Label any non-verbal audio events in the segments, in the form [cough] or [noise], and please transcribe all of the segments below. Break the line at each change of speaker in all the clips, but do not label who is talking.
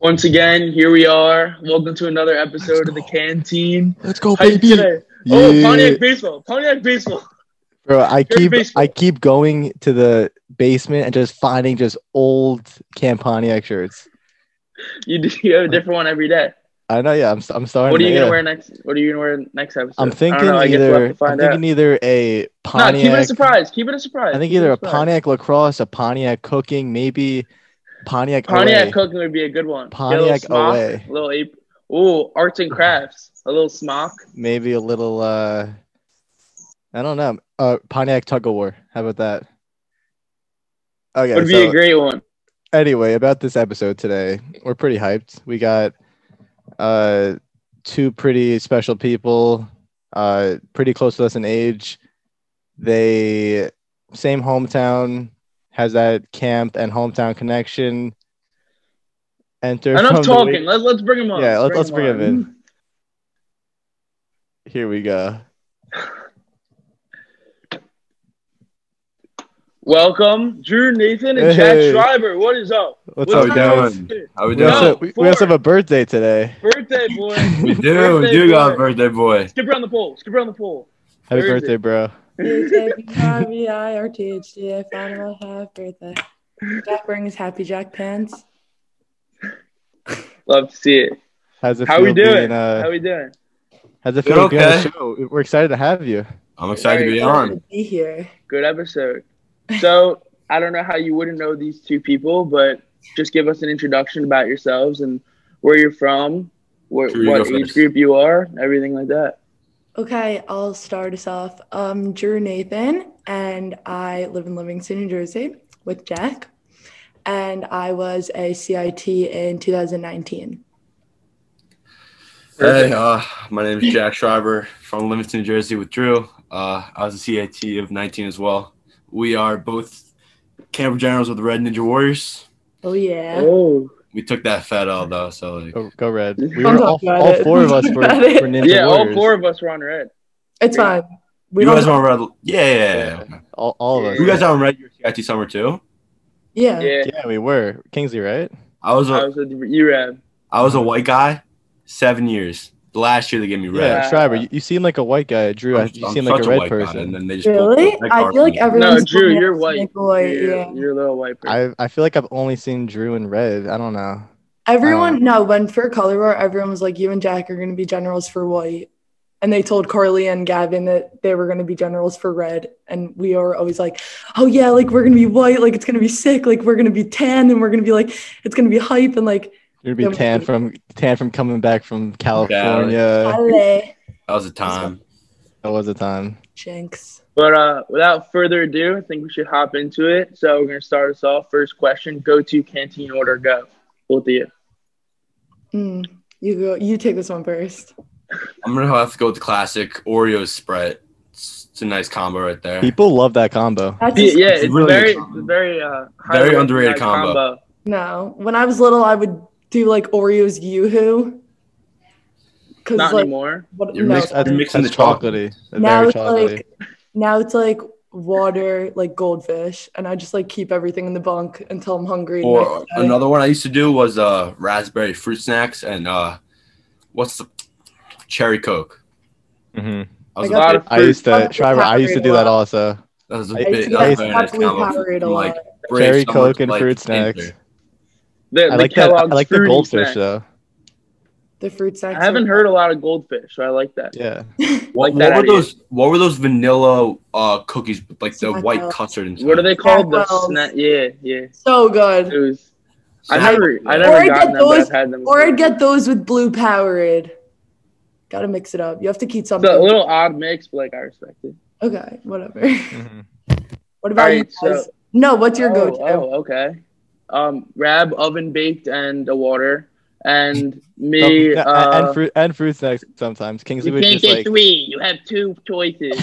Once again, here we are. Welcome to another episode of the Canteen.
Let's go,
How you
baby.
today? Oh,
Yeah.
Pontiac baseball. Pontiac baseball. [laughs]
Bro, I keep
baseball.
I keep going to the basement and just finding just old Camp Pontiac shirts.
You, do- you have a different one every day.
I know, yeah. I'm st- I'm starting.
What are you
to-
gonna
yeah.
wear next? What are you gonna wear next episode?
I'm
I
thinking
don't know. I guess we'll
either.
have to
I'm
find
thinking
out.
either a
No, keep it a
Pontiac.
surprise. Keep it a surprise.
I think
Keep it
either a
surprise.
Pontiac lacrosse, a Pontiac cooking, maybe Pontiac.
Pontiac
away.
cooking would be a good one. Get a little
Pontiac
smock,
away.
A little ape. Ooh, arts and crafts. A little smock.
maybe a little. uh I don't know. Uh, Pontiac tug of war. How about that? Okay,
would be
so-
a great one.
anyway, about this episode today, we're pretty hyped. We got uh two pretty special people, uh pretty close to us in age. They same hometown, has that camp and hometown connection. Enter
Enough
from the
talking.
week-
Let's let's bring him on.
Yeah, let's- let's bring
on.
him in. Here we go.
Welcome, Drew Nathan and Chad
Hey.
Schreiber. What is up?
What's
How we
up, guys?
doing? How we
What's
We
doing?
also,
up?
we, we also have a birthday today.
Birthday boy.
[laughs] We do. We
Birthday
do got
boy.
a birthday boy.
Skip around the pole. Skip around the pole.
Happy
Thursday.
birthday, bro.
H-A-P-R-V-I-R-T-H-D-F. Animal half birthday. Jack wearing his happy Jack pants.
Love to see it.
How's it
How
feel
we doing?
being, uh,
How we doing?
how's it
We're
feel being on the
okay.
show? We're excited to have you.
I'm excited to be
Very
on.
To be here.
Good episode. So I don't know how you wouldn't know these two people, but just give us an introduction about yourselves and where you're from, what,
Drew, you
what
go
age
first.
group you are, everything like that.
Okay, I'll start us off. Um, Drew Nathan, and I live in Livingston, New Jersey with Jack. And I was a CIT in 2019.
Hey, uh, my name is Jack Schreiber from Livingston, New Jersey, with Drew. Uh, I was a CIT of 19 as well. We are both Camper Generals with the Red Ninja Warriors.
Oh, yeah.
Oh,
We took that fat L though, so like,
Go, go
[laughs]
red. We
Don't
were all,
talk about
all
it.
four of
Don't
us
talk
were, were
about it.
Ninja
yeah, all
Warriors.
four of us were on red.
It's fine. We
you
don't
guys are on red. Yeah, yeah, yeah, yeah.
All, all of us.
You guys are on red your CIT summer too.
Yeah.
Yeah,
Yeah, we were Kingsley, right?
I was
I
a
was with you, Rab.
I was a white guy, seven years. Last year they gave me red.
Yeah, Schreiber, you, you seem like a white guy. Drew, i you
I'm
seem like
such
a red
white guy, and
person.
then they just pulled
Really?
the red
I
card
feel
on
like
me.
everyone's
Drew,
calling
you're
us
white.
Nick Lloyd,
You're,
yeah.
you're a little white person.
I, I feel like I've only seen Drew in red. I don't know.
Everyone,
Um,
no, when for Color War, everyone was like, you and Jack are going to be generals for white. And they told Carly and Gavin that they were going to be generals for red. And we were always like, oh, yeah, like we're going to be white. Like it's going to be sick. Like we're going to be tan and we're going to be like, it's going to be hype. And like,
You're gonna
Yeah,
be
we-
tan from tan from coming back from California.
Ale.
That was a time.
That was a time.
Jinx.
But uh, without further ado, I think we should hop into it. So we're gonna start us off. First question: Go to canteen order. Go. Both of you.
Mm, you go, you take this one first.
I'm gonna have to go with the classic Oreo spread. It's, it's a nice combo right there.
People love that combo.
That's
Yeah,
just-
yeah,
It's
it's
really
very,
good combo.
it's very, uh,
Very
highly
underrated
recognized
combo.
No. When I was little, I would do like Oreo's Yoo-Hoo. Because
Not
like,
anymore.
what,
You're
no,
mixed-
that's,
You're mixing
that's
the chocolate.
chocolatey. That's
now
Very
it's
chocolatey.
like now it's like water like goldfish and i just like keep everything in the bunk until i'm hungry
Or
next day.
another one I used to do was uh raspberry fruit snacks and uh what's the cherry coke.
Mhm.
Mm-hmm. That was,
I
a,
got-
big,
I used to,
Chocolate
Shriver. I used to do that also.
that was a
I
I used
big
to
that was a
get
very nice
chocolate
combo.
Powerade a
from,
lot.
like brave
Cherry
someone
Coke
to,
and
like,
fruit
cancer.
snacks.
The,
I like that. I
Kellogg's
like the
fruity
goldfish
snack.
though.
the fruit snacks
I haven't heard a lot of goldfish, so I like that.
Yeah.
What,
Like that
what were
idea.
those? What were those vanilla uh cookies? with, Like the
Snack
white
Wells.
custard and
What are they called? The
Blackwell's.
snack. Yeah, yeah.
so
It
good
was. I never, I
Or
never got
I'd get
them, but I've
those-
had them.
or i'd
before.
get those with blue powerade gotta mix it up you have to keep
It's
something
a little odd mix, but like I respect it.
okay whatever [laughs]
Mm-hmm.
what
All
about
right,
you guys?
so-
no what's your
oh,
go-to
Oh, okay. Um, rab, oven baked, and a water, and me.
And-
uh,
and fruit and fruit snacks sometimes. Kingsley
you
would
can't
just
get
like
three. You have two
[laughs]
choices.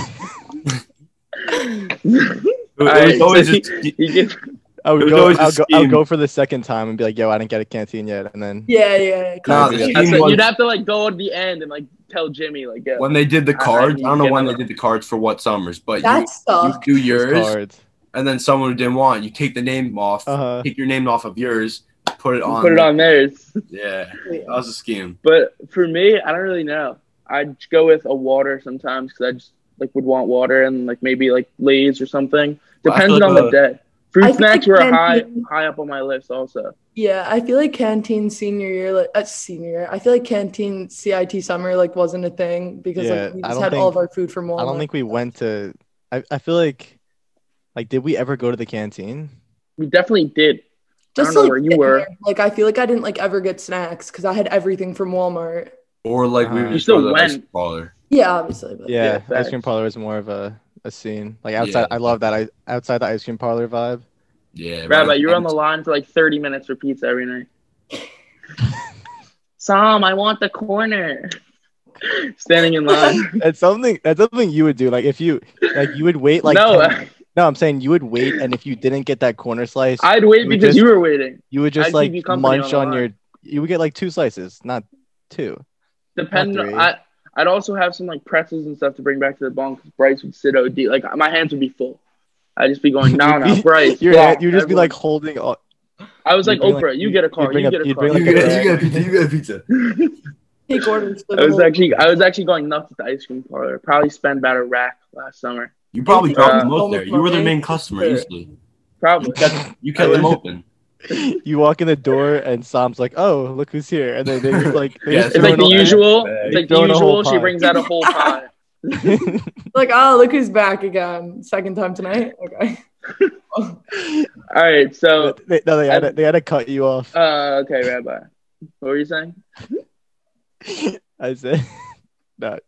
[laughs]
It was
Alright,
always
so
just-
he- he gets-
I
It
would
was
go,
always
I'll
the
go, I'll
scheme.
go for the second time and be like, yo, I didn't get a canteen yet. And then
yeah yeah
Nah,
yeah.
the
that's
scheme
what-
was-
you'd have to like go at the end and like tell Jimmy like yeah.
when they did the
I- I
cards.
need to
I, don't know
get
when they
that.
did the cards for what summers, but you,
that
you
sucks
do
it's
yours,
cards.
and then someone who didn't want, you take the name off,
Uh-huh.
take your name off of yours, put put it on.
Put it on theirs.
Yeah,
Wait,
I was a scheme.
But for me, I don't really know. I'd go with a water sometimes because I just like would want water and like maybe like Lay's or something.
Well, I
Depends
feel
on
like,
the
uh,
day.
I
Fruit
feel
snacks
like
were high
canteen-
high up on my list also.
Yeah, I feel like canteen senior year, like uh, senior year, I feel like canteen CIT summer like wasn't a thing because
Yeah,
like we
I
just
don't
had all
think-
of our food from Walmart.
I don't think we went to. I, I feel like, like, did we ever go to the canteen?
We definitely did.
just
know
like,
where you
sitting
were.
there, like I feel like I didn't like ever get snacks because I had everything from Walmart.
Or like we
Uh,
would
You
just
still
go to the ice
went.
parlor.
Yeah, obviously. But
Yeah,
Yeah,
ice cream
facts.
parlor is more of a a scene. Like outside, I love that. I outside the ice cream parlor vibe.
Yeah,
Rabbi,
right.
you were on the line for like 30 minutes for pizza every
[laughs]
night. Sam, I want the corner. Standing in line.
That's something. That's something you would do. Like if you like, you would wait. Like
no,
10 no, I'm saying you would wait, and if you didn't get that corner slice,
I'd wait
You
because
just-
you were waiting.
you would
I'd
just
keep
like
you company
munch
on
on
the
your. You would get like two slices, not two.
Depend.
three.
I I'd also have some like pretzels and stuff to bring back to the bunk. 'cause Bryce would sit OD. Like my hands would be full. I'd just be going, no,
[laughs]
no, Bryce.
Your
blah,
hand- you would just be
everyone."
like holding. All, [laughs]
I was like
you'd bring,
Oprah.
like-
you get a
you'd
car.
bring
You
up-
get a
you'd
car.
bring up
You
the
got,
bag.
you got pizza. You got pizza.
take orders for the
I was
whole-
actually I was actually going nuts at the ice cream parlor. Probably spent about a rack last summer.
You probably
Uh,
dropped them off there. You were their
okay.
main customer
Sure.
easily. You
Probably.
kept, you kept
I
them
was-
open.
you walk in the door, and Sam's like, "Oh, look who's here!" And then they just like, they
Yeah,
just
It's like
throw
the
it all- [laughs]
usual.
bag.
It's like the
Throwing a whole
usual. She
pie.
brings out a whole pie.
like, oh look who's back again. Second time tonight. Okay.
All right. So,
But they, no, they had, to, they had to cut you off.
Oh. Um, uh, okay, Rabbi. What were you saying?
[laughs] I said, [laughs] no,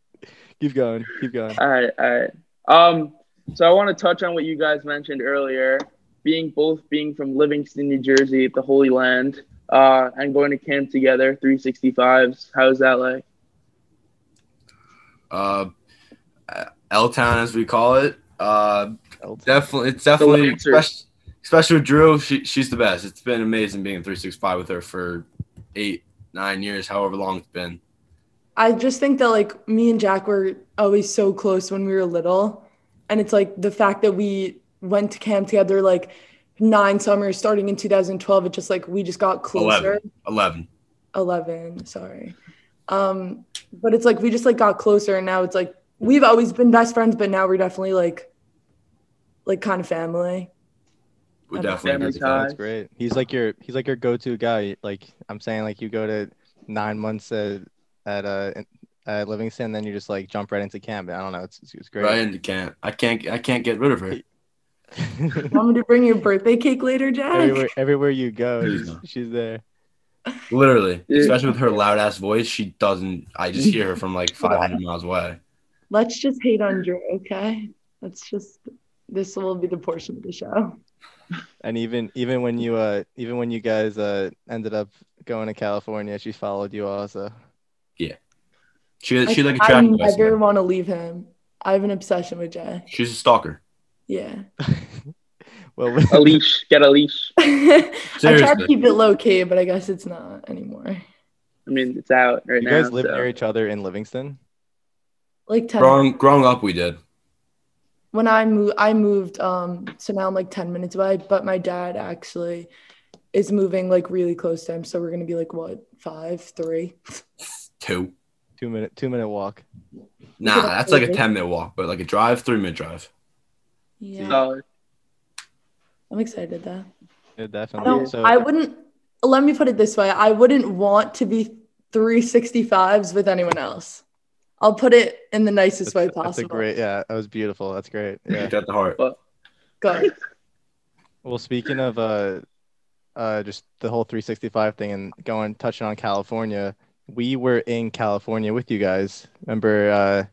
keep going, keep going.
All right, all right. Um, so I want to touch on what you guys mentioned earlier, being both being from Livingston, New Jersey, the Holy Land, uh, and going to camp together, 365s. How's that like?
Uh, L Town, as we call it. Uh,
Elton.
definitely, it's definitely,
Lancers.
especially, especially with Drew. She, she's the best. It's been amazing being in 365 with her for eight, nine years, however long it's been.
I just think that like me and Jack were always so close when we were little. And it's like the fact that we went to camp together like nine summers starting in 2012, it just like we just got closer.
11.
11 sorry um but it's like we just like got closer and now it's like we've always been best friends but now we're definitely like like kind of family
We
That's
family
definitely agree with
time.
that.
That's great. He's like your he's like your go-to guy. Like I'm saying, like you go to nine months at at uh in- at Livingston, then you just like jump right into camp. I don't know. It's it's, it's great.
Right into camp. I can't. I can't get rid of her.
[laughs]
want me to bring your birthday cake later jack
everywhere everywhere you go,
There you
she's,
go.
she's there.
Literally,
Yeah.
especially with her loud ass voice. She doesn't. I just hear her from like 500 miles away.
let's just hate on drew okay let's just this will be the portion of the show
And even even when you uh even when you guys uh ended up going to California, she followed you also. [laughs]
She she like
I- i
attracted us.
never want to leave him i have an obsession with jack
She's a stalker.
yeah [laughs]
well, [laughs]
A leash. Get a leash.
i try to
Seriously.
keep it low-key but i guess it's not anymore
I mean, it's out right
you
now.
guys live
so.
near each other in Livingston.
like 10
Growing growing up, we did.
when I moved, I moved. Um, so now I'm like 10 minutes away, but my dad actually is moving like really close to him. So we're gonna be like what five, three.
Two.
Two minute two minute walk.
Nah, that's like a 10 minute walk, but like a drive, three minute drive.
Yeah,
So,
I'm excited though.
Yeah,
I
definitely.
don't.
So
I wouldn't. Let me put it this way: I wouldn't want to be 365s with anyone else. I'll put it in the nicest
that's,
way
that's a
possible.
great. Yeah, that was beautiful. That's great. Yeah.
Got the heart.
Good.
Well, speaking of uh, uh, just the whole 365 thing and going touching on California, we were in California with you guys. Remember uh,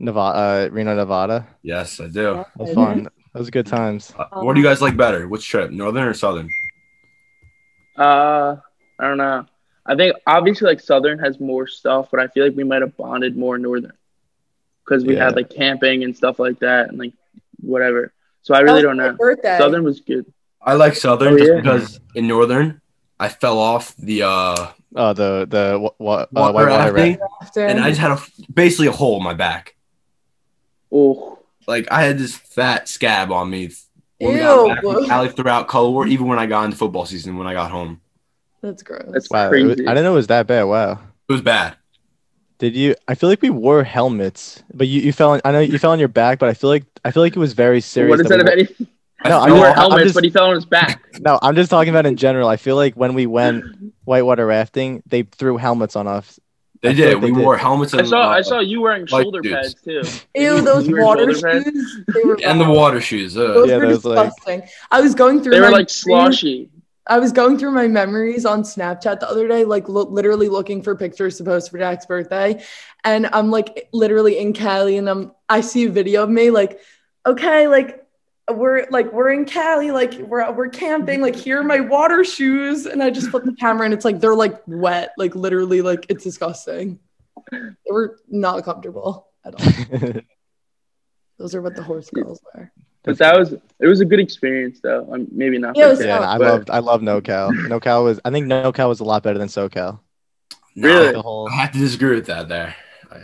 Nevada, uh, Reno, Nevada?
Yes, I
That
do.
Mm-hmm.
was fun. That was good times.
Uh, what do you guys like better? Which trip, northern or southern?
uh, I don't know. I think obviously like Southern has more stuff, but I feel like we might have bonded more Northern because we
Yeah.
had like camping and stuff like that and like whatever. So I really
That
don't
was my
know.
Birthday.
Southern was good.
I like southern
Oh,
just
yeah.
because in northern I fell off the uh,
Oh, the the wa- wa- uh,
water
whitewater
rafting,
raft.
After-
and I just had a basically a hole in my back.
Oh,
Like I had this fat scab on me.
Ew.
When we got back from Cali throughout color war, even when I got into football season, when I got home,
That's gross.
That's
Wow, it
crazy.
was- I didn't know it was that bad. Wow.
It was bad.
Did you? I feel like we wore helmets, but you, you fell. On, I know you fell on your back, but I feel like I feel like it was very serious.
what is that
we
of
wore-
any?
I
No, I
He
felt-
know-
wore
I'm
helmets,
just-
but he fell on his
[laughs]
back.
No, I'm just talking about in general. I feel like when we went whitewater rafting, they threw helmets
[laughs]
on us. I
they
feel
did.
like they
we
did.
wore helmets.
I
And,
saw. I
uh,
saw you wearing
Like
shoulder pads
dudes.
too.
[laughs] Ew, those
You were
water
shoulder pads?
shoes. They were
and the
bad.
water shoes. Uh,
Those
Yeah,
were
those, like-
disgusting. I was going through.
They were
my
like
memories-
sloshy.
I was going through my memories on Snapchat the other day, like lo- literally looking for pictures to post for Jack's birthday, and I'm like literally in Cali, and I'm I see a video of me like, okay, like we're like we're in Cali, like we're we're camping, like here are my water shoes, and I just flip the camera, and it's like they're like wet, like literally, like it's disgusting. They were not comfortable at all. Those are what the horse girls wear.
But that was. It was a good experience though. Um, maybe not.
Yeah, it
for
was-
kids,
yeah, I
but-
loved I love NoCal. NoCal was I think NoCal was a lot better than SoCal.
no,
Really?
The whole
I have to disagree with that there.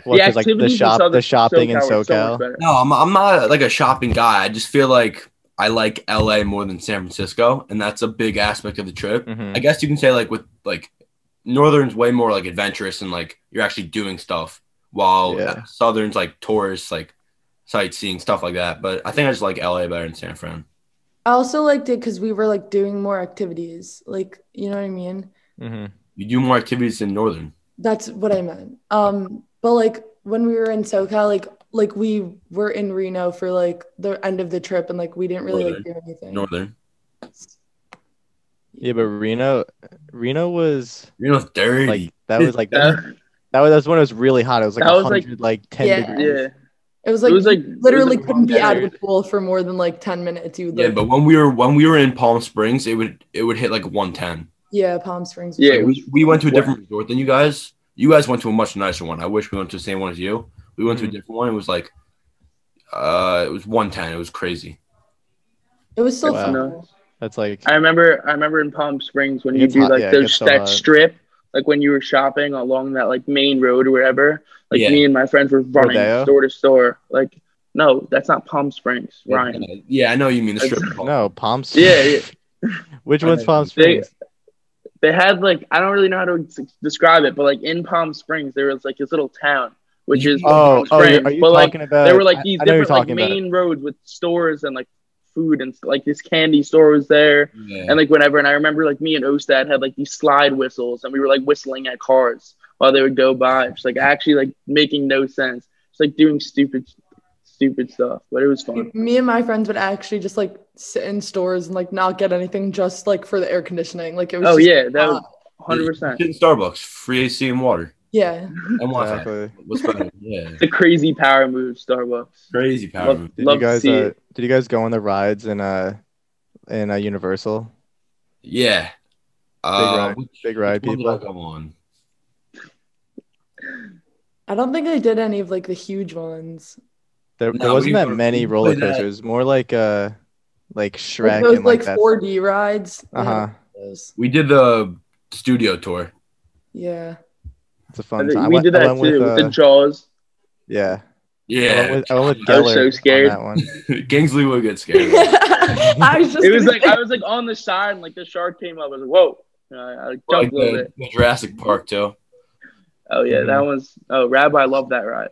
well, 'cause, like the
activities in
shop
Southern
the shopping in
SoCal were so
SoCal.
much
[laughs]
better.
No, I'm, I'm not like a shopping guy. I just feel like I like LA more than San Francisco, and that's a big aspect of the trip.
Mhm.
I guess you can say like with like Northern's way more like adventurous and like you're actually doing stuff, while
Yeah.
Southern's like tourist, like sightseeing stuff like that. But I think I just like LA better than San Fran.
I also liked it because we were like doing more activities, like you know what I mean.
Mhm.
You do more activities in Northern.
That's what I meant. Um, but like when we were in SoCal, like like we were in Reno for like the end of the trip, and like we didn't really like do anything.
Northern.
Yeah, but Reno Reno was
You're not dirty.
like that was like that
That,
was, that was when it was really hot. It was like
That was, like-
100 like, 10
[laughs]
Yeah.
yeah,
degrees.
It was like,
it was like
literally
it was, like,
couldn't be out of
weird.
the pool for more than like ten minutes. You would
yeah,
like,
but when we were when we were in Palm Springs, it would it would hit like 110.
yeah, Palm Springs.
Yeah.
Like, we, we went to a different resort than you guys. You guys went to a much nicer one. I wish we went to the same one as you. We went to a different one. It was like, uh, it was one ten. It was crazy.
it was still
Wow.
fun.
No.
That's like
I remember. I remember in Palm Springs when
It
you
gets
do
hot-
like
yeah, it
there's
gets so
that
hot.
strip, like when you were shopping along that like main road or whatever. Like
Yeah.
me and my friends were running
Rodeo?
store to store. Like no, that's not Palm Springs, Ryan.
Yeah, I know you mean the strip. club.
no, Palm Springs. [laughs]
Yeah, yeah.
Which
I
one's
know.
Palm
They-
Springs?
They had like I don't really know how to s- describe it, but like in Palm Springs there was like this little town, which is
Oh,
Palm
oh,
Springs,
you're- are you
but like
talking about?
there were like
I-
these
I know you're
different like
talking about.
main roads with stores and like food and like this candy store was there
Yeah.
and like whatever. And I remember like me and Ostad had like these slide whistles and we were like whistling at cars while they would go by, just like actually like making no sense, just like doing stupid, stupid stuff. But it was fun.
Me and my friends would actually just like sit in stores and like not get anything just like for the air conditioning. Like it was
Oh
just,
yeah, that was
hot.
hundred percent.
Shit in Starbucks, free AC and water
yeah.
and Wi-Fi.
Exactly.
What's
[laughs]
better? Yeah,
The crazy power move, Starbucks.
crazy power.
Love-
move.
Did
Love
you
to
guys?
see
Uh,
it.
did you guys go on the rides in uh in uh, Universal?
Yeah. Uh,
ride-
which-
Big ride
which one did I
people.
go on?
I don't think I did any of like the huge ones.
There,
No,
there wasn't
we
that
were-
many
we
roller
played that-
coasters. More like uh, like Shrek
Like those
and like,
like
that.
4D rides.
Uh huh.
Those.
We did the studio tour.
Yeah.
It's a
I
fun
think
time. I
we
went-
did
I
that too
went with,
with, the
uh,
Jaws.
yeah. I
Yeah,
went with, I went with
I was
Geller
so scared.
on that one.
[laughs] Gangsley would get
[laughs]
scared.
I was just
It was
gonna
like
say-
I was like on the side, and, like the shark came up. I was like, whoa. And I, I jumped
like
a little
the,
bit.
the Jurassic Park too.
Oh yeah, that
Mm-hmm.
was. Oh, Rabbi loved that ride.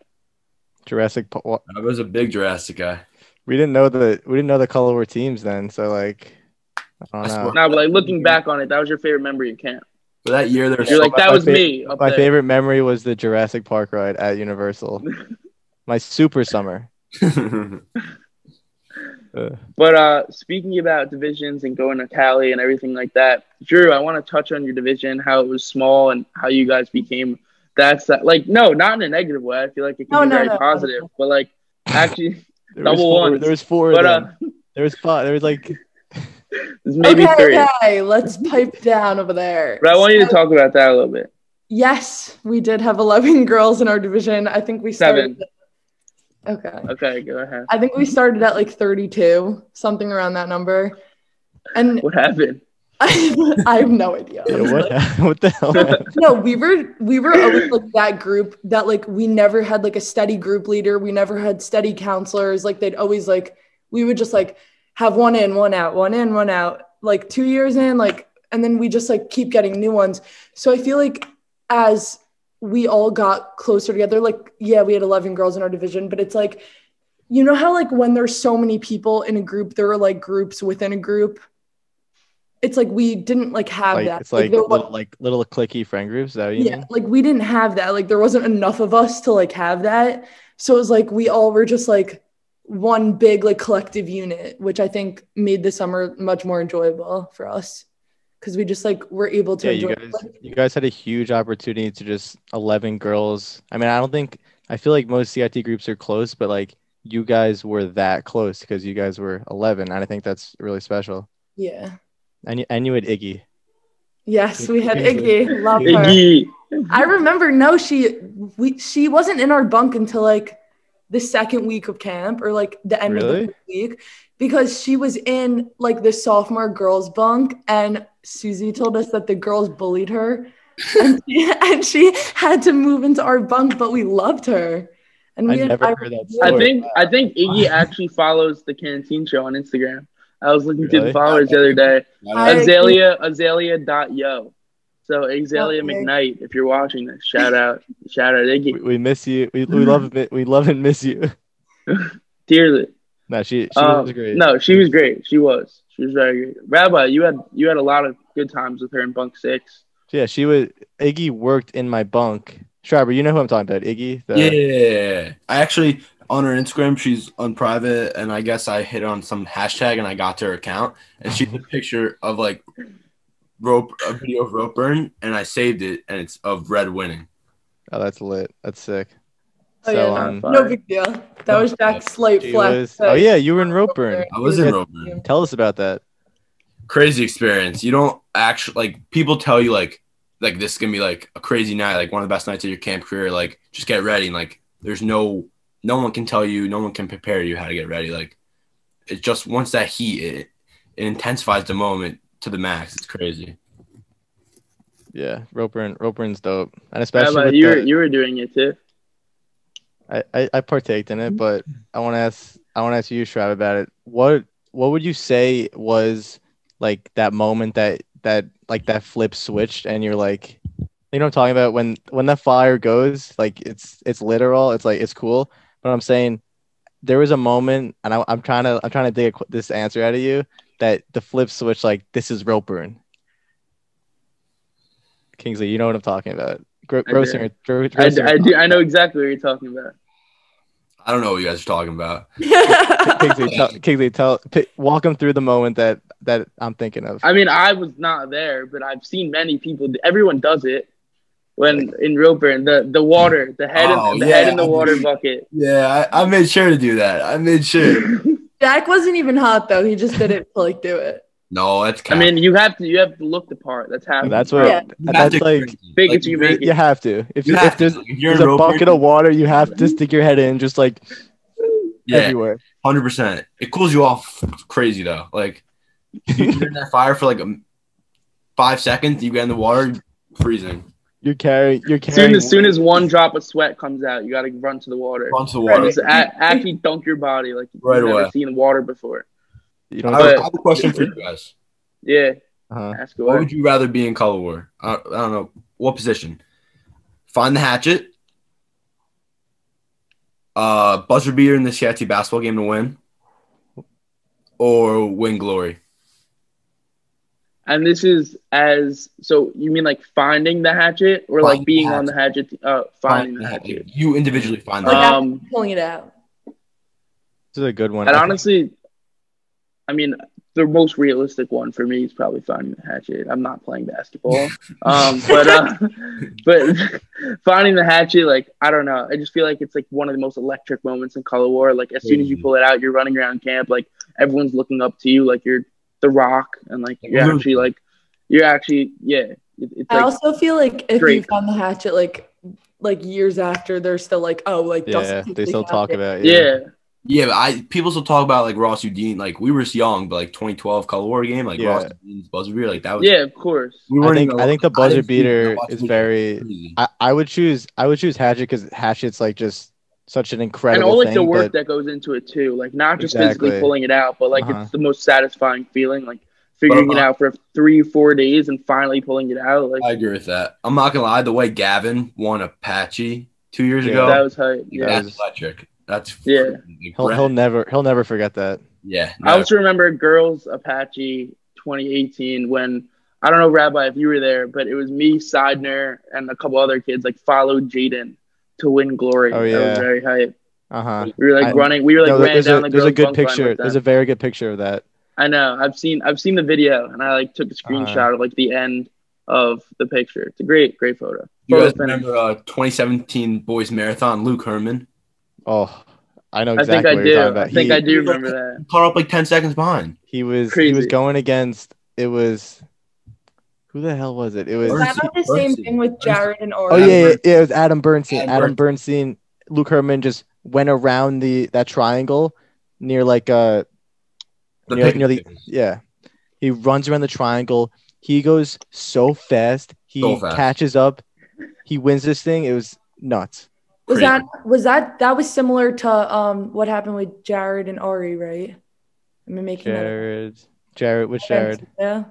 Jurassic. Pa- wa-
I was a big Jurassic guy.
We didn't know the we didn't know the color were teams then, so like I
I
don't
swear-
know.
No, but like looking back on it, that was your favorite memory of camp.
For that year, there was
You're
so
like,
my-
that
my
was
fa-
me. Up
My
there.
favorite memory was the Jurassic Park ride at Universal. My super summer.
[laughs]
Uh,
But uh, speaking about divisions and going to Cali and everything like that, Drew, I want to touch on your division, how it was small and how you guys became. That's that, like no, not in a negative way. I feel like it can
No,
be
no,
very
no.
positive, but like actually,
there was
Double
four,
ones.
There was four.
but
of
uh,
them. there was five. There was like
it's maybe
okay,
three.
okay, let's pipe down over there.
But I want you to talk about that a little bit.
Yes, we did have 11 [laughs] girls in our division. I think we started.
Seven.
Okay.
Okay, go ahead.
I think we started at like 32, something around that number. And
What happened?
[laughs] I, have no idea.
yeah, what, what the [laughs] hell?
no, we were we were always like that group that like we never had like a steady group leader. We never had steady counselors. Like they'd always like we would just like have one in, one out, one in, one out. Like two years in, like and then we just like keep getting new ones. So I feel like as we all got closer together, like yeah, we had 11 girls in our division, but it's like you know how like when there's so many people in a group, there are like groups within a group. It's like we didn't like have
Like
that.
it's like
there wa-
little, like little clicky friend groups. Is that what you
yeah
mean?
like we didn't have that like there wasn't enough of us to like have that so it was like we all were just like one big like collective unit which i think made the summer much more enjoyable for us because we just like were able to
Yeah,
enjoy
you guys, you guys had a huge opportunity to just eleven girls. I mean, I don't think I feel like most CIT groups are close, but like you guys were that close because you guys were eleven, and I think that's really special.
yeah
And you, and you had Iggy.
yes we had
Iggy.
iggy love her
Iggy.
i remember no she we she wasn't in our bunk until like the second week of camp or like the end of the
Really?
week because she was in like the sophomore girls bunk and Susie told us that the girls bullied
[laughs]
her and she, and she had to move into our bunk but we loved her and
I
we had-
never heard that
I
I
story.
think I think Iggy actually follows the canteen show on Instagram. I was looking through
Really?
the followers the other day.
I-
Azalea Azalea dot yo. So Azalea
Okay.
McKnight, if you're watching this, shout out shout out
we,
Iggy.
we miss you. We, we love it. We love and miss you. [laughs]
Dearly.
No, she she
Um,
was great.
No, she was great. She was. She was very great. Rabbi, you had you had a lot of good times with her in bunk six.
Yeah, she was. Iggy worked in my bunk. Schreiber, you know who I'm talking about, Iggy. The,
yeah, I actually on her Instagram, she's on private, and I guess I hit on some hashtag and I got to her account, and she had a picture of like rope, a video of rope burn, and I saved it, and it's of Red winning.
Oh, that's lit. That's sick.
Oh,
so
yeah,
um,
no big deal that was Jack's slight
she
flex
was.
but-
Oh yeah, you were in Ropeburn.
I was in rope burn.
Tell us about that.
Crazy experience. You don't actually like people tell you like like this is gonna be like a crazy night, like one of the best nights of your camp career. Like just get ready, and like there's no no one can tell you, no one can prepare you how to get ready. Like it's just once that heat, it, it intensifies the moment to the max. It's crazy.
Yeah, Ropeburn. Ropeburn's dope, and especially
Rabbi,
with
you were
the-
you were doing it too.
I, I I partaked in it, but I want to ask I want to ask you, Shroud, about it. What what would you say was like that moment that that like that flip switched, and you're like, you know, what I'm talking about when when that fire goes, like it's it's literal, it's like it's cool. But I'm saying there was a moment, and I, I'm trying to I'm trying to dig a, qu- this answer out of you that the flip switch, like this is rope burn. Kingsley, you know what I'm talking about. Gro-
I do.
Grossinger, Gro-
I,
Grossinger
I do I know exactly what you're talking about.
I don't know what you guys are talking about.
[laughs] Kingsley, tell, Kingsley, tell, pi walk him through the moment that that I'm thinking of.
I mean, I was not there, but I've seen many people. Everyone does it when in Ropeburn. The the water, the head,
Oh,
in, the
yeah,
head in the
I
water
mean-
bucket.
Yeah, I, I made sure to do that. I made sure.
[laughs] Jack wasn't even hot though he just did it to like do it
no, that's.
I mean, you have to you have to look the part. That's happening.
That's what.
Yeah.
You have
That's
to
like
experience it.
Big as you
you're-
make it.
you have to. If
you
you,
have
if
to.
there's,
Like, if you're
there's a
in rope
bucket of water, you have to stick your head in, just like
yeah,
everywhere.
Hundred percent. It cools you off crazy though. Like you're in that fire for like a, five seconds. You get in the water, you're freezing.
You're carrying. You're
soon
carrying.
as soon as one drop of sweat comes out, you got to run to the water.
Onto the
Right.
water.
Just a- actually dunk your body like you've
Right
never
away.
seen water before.
you
I,
don't.
I have a question for you guys.
Yeah,
uh-huh.
ask
What
away.
would you rather be in color war? I, I don't know what position. Find the hatchet. Uh, buzzer beater in the CIT basketball game to win, or win glory.
And this is as so you mean like finding the hatchet or
Find the
like being on the hatchet? Uh, finding the hatchet.
You individually find
like
that.
Um,
after pulling it out
This is a good one.
And
I think-
honestly, I mean, the most realistic one for me is probably finding the hatchet. I'm not playing basketball, um, but uh, but [laughs] finding the hatchet, like I don't know, I just feel like it's like one of the most electric moments in Color War. Like as soon as you
Mhm.
pull it out, you're running around camp, like everyone's looking up to you, like you're the rock, and like you're
Mhm.
actually like you're actually yeah. It, it's
I
like
also feel like if you
Drake.
found the hatchet like like years after, they're still like, oh, like
yeah,
Dustin
they still
Hinckley
talk
found it.
about. it,
yeah,
Yeah, but I people still talk about like Ross Udine. Like we were just young, but like 2012 Color War game, like
Yeah.
Ross Udine's buzzer beater, like that was.
yeah, of course.
we
I
weren't
think.
even
I think the
alive. I
buzzer
didn't see it. I
beater
watched
is
it.
very.
Crazy.
I, I would choose. I would choose hatchet because hatchet's like just such an
and
incredible
all like
thing.
the work
but
that goes into it too like not just
Exactly.
physically pulling it out but like
Uh-huh.
it's the most satisfying feeling like figuring
I'm
it
not-
out for three, four days, and finally pulling it out. Like
uh, I agree with that. I'm not gonna lie. The way Gavin won Apache two years
Yeah.
ago,
that was hype. Yeah.
that's
was-
electric. That's
Yeah.
freaking
He'll, he'll never he'll never forget that.
yeah.
I also remember Girls Apache 2018 when I don't know Rabbi if you were there, but it was me, Seidner, and a couple other kids like followed Jaden to win glory.
Oh,
That was
yeah.
very hype.
Uh huh.
We were like
I-
running. We were like
No,
ran
there's
down
a,
the
there's
girls
a good
bunk line
picture.
with
There's a
them.
very good picture of that.
I know. I've seen. I've seen the video, and I like took
Uh-huh.
a screenshot of like the end of the picture. It's a great, great photo.
You
Photo
guys
finish.
remember uh, 2017 boys marathon? Luke Herman
Oh, I know
I think
exactly
I
what you're talking
do.
about.
I think
he,
I do remember that.
caught up like 10 seconds behind.
he was he was
Crazy.
going against it was who the hell was it? It was
Is that about the same
Bernstein.
thing with Jared and
Oh
Oren?
yeah, yeah,
Adam Bernstein.
yeah, it was Adam Bernstein.
Adam
Adam, Bernstein, Luke Herman just went around the that triangle near like uh
The
Nearly-
pick-
nearly- yeah. He runs around the triangle. He goes so fast. He
So fast.
catches up. He wins this thing. It was nuts.
Was that was that that was similar to um what happened with Jared and Ari, right? Am I making
Jared, Jared, which
that up?
Jared?
Yeah.